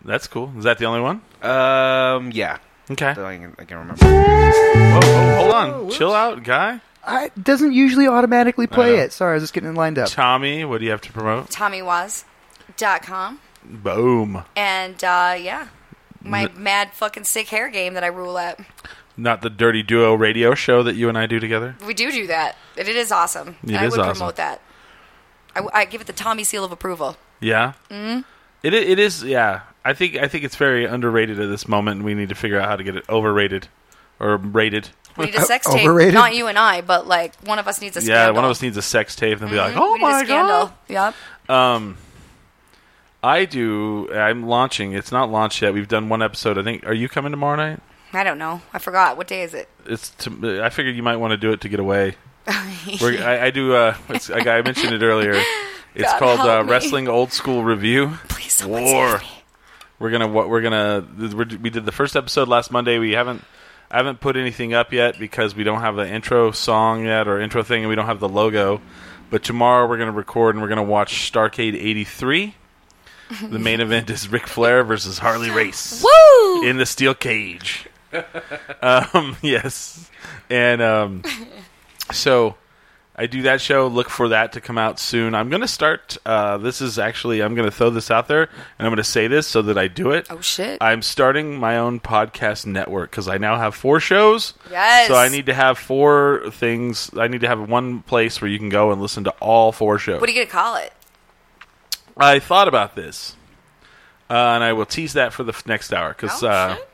That's cool. Is that the only one? um, yeah, Okay. I can, I can remember. Whoa, whoa, oh, hold on. Chill out, guy. I, it doesn't usually automatically play know. it. Sorry, I was just getting it lined up. Tommy, what do you have to promote? TommyWaz.com. Boom. And uh, yeah, my mad fucking sick hair game that I rule at. Not the Dirty Duo radio show that you and I do together. We do do that. And it is awesome. It I is would awesome. promote that. I, w- I give it the Tommy seal of approval. Yeah. Mm-hmm. Mm. It i- it is yeah. I think I think it's very underrated at this moment and we need to figure out how to get it overrated or rated. We need a sex tape. overrated? Not you and I, but like one of us needs a Yeah, scandal. Mm-hmm. one of us needs a sex tape and be like, "Oh we need my a scandal. god." Yep. I do. I'm launching. It's not launched yet. We've done one episode. I think. Are you coming tomorrow night? I don't know. I forgot. What day is it? It's. To, I figured you might want to do it to get away. We're, I, I do. Uh, it's, like I mentioned it earlier. It's God called help uh, me. Wrestling Old School Review. Please, someone War. save me. We're gonna. What we're gonna. We're, we did the first episode last Monday. We haven't. I haven't put anything up yet because we don't have the intro song yet or intro thing, and we don't have the logo. But tomorrow we're gonna record and we're gonna watch Starcade '83. The main event is Ric Flair versus Harley Race. Woo! in the steel cage. um, yes, and um, so I do that show. Look for that to come out soon. I'm going to start. Uh, this is actually I'm going to throw this out there, and I'm going to say this so that I do it. oh shit. I'm starting my own podcast network because I now have four shows. Yes. So I need to have four things. I need to have one place where you can go and listen to all four shows. what are you gonna call it? I thought about this, uh, and I will tease that for the f- next hour because Oh, uh, shit.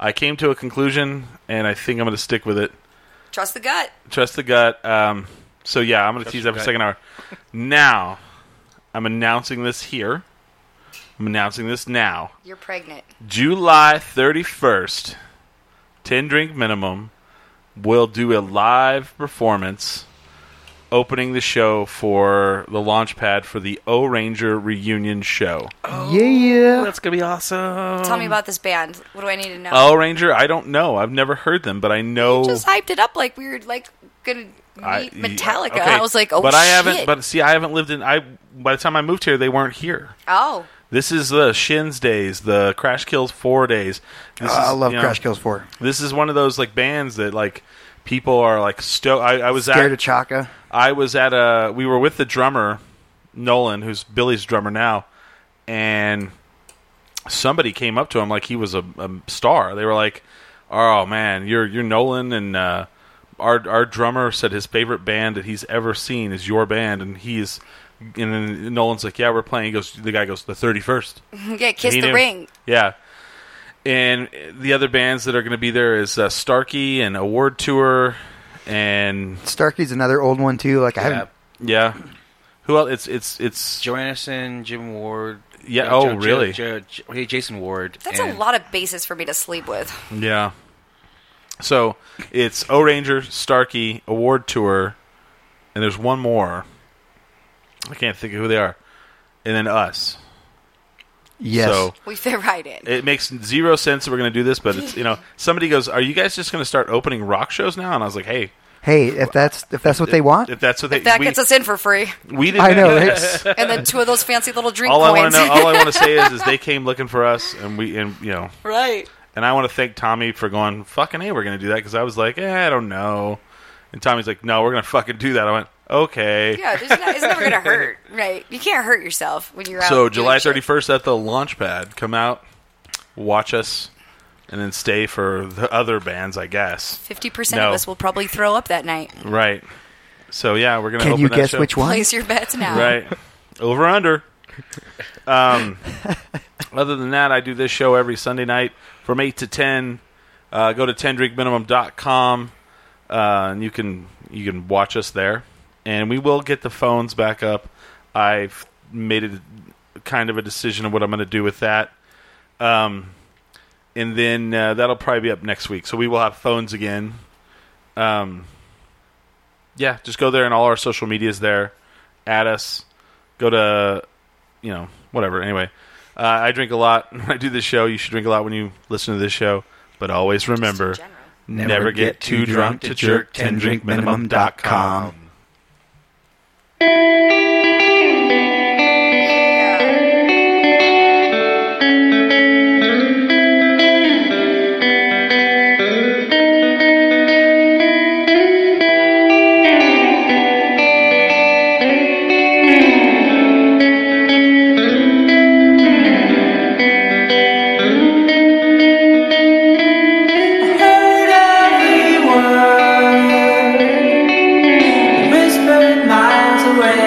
I came to a conclusion, and I think I'm going to stick with it. Trust the gut. Trust the gut. Um, so yeah, I'm going to tease that for the second hour. Now, I'm announcing this here. I'm announcing this now. You're pregnant. Mm-hmm. July 31st, 10 drink minimum, will do a live performance opening the show for the launch pad for the O Ranger reunion show. yeah, yeah. That's gonna be awesome. Tell me about this band. What do I need to know? O Ranger, I don't know. I've never heard them, but I know just hyped it up like we were like gonna meet I- Metallica. okay, I was like, oh but shit. I haven't. But see, I haven't lived in. I by the time I moved here, they weren't here. oh, This is the Shins days, the Crash Kills Four days. This Oh, I is, love you know, Crash Kills 4. This is one of those like bands that like people are like sto. I, I was Scared at, of Chaka. I was at a. We were with the drummer, Nolan, who's Billy's drummer now, and somebody came up to him like he was a, a star. They were like, "Oh man, you're you're Nolan," and uh, our our drummer said his favorite band that he's ever seen is your band, and he's and then Nolan's like, "Yeah, we're playing." He goes, the guy goes, "The thirty first. yeah, kiss He the knew. ring. Yeah. And the other bands that are going to be there is uh, Starkey and Award Tour and Starkey's another old one, too. Like, I Yeah. haven't. yeah. Who else? It's it's it's Joannison, Jim Ward. Yeah, uh, oh, really? Jo- Jo- hey, Jason Ward. That's and- a lot of bases for me to sleep with. yeah. So it's O Ranger, Starkey, Award Tour, and there's one more. I can't think of who they are, and then us. Yes. So We fit right in. it makes zero sense that we're going to do this, but it's you know somebody goes, "Are you guys just going to start opening rock shows now?" And I was like, "Hey, Hey, if that's if that's what they want, If that's what they, That we, gets us in for free. we didn't. I know. It's, And then two of those fancy little drink all I want coins. to know, all I want to say is, is they came looking for us, and we, and you know, right. and I want to thank Tommy for going. Fucking hey, we're gonna do that because I was like, eh, I don't know, and Tommy's like, no, we're gonna fucking do that. I went, okay. Yeah, there's not, it's never going to hurt. Right. You can't hurt yourself when you're out. So doing July shit. thirty first at the Launchpad, come out, watch us, and then stay for the other bands, I guess. 50% No. of us will probably throw up that night. Right. So yeah, we're gonna. can open you that guess show. which one? Place your bets now. Right. Over under. Um, other than that, I do this show every Sunday night from 8 to 10. Uh, go to 10drinkminimum.com uh, and you can you can watch us there. And we will get the phones back up. I've made it kind of a decision of what I'm going to do with that. Um, and then uh, that'll probably be up next week. So we will have phones again. Um, yeah, just go there and all our social medias there. Add us. Go to, you know, whatever. Anyway, uh, I drink a lot when I do this show. You should drink a lot when you listen to this show. But always remember, general. never, get, too drunk, to jerk 10drinkminimum.com. Whispered miles away.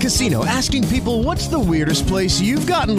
Casino asking people what's the weirdest place you've gotten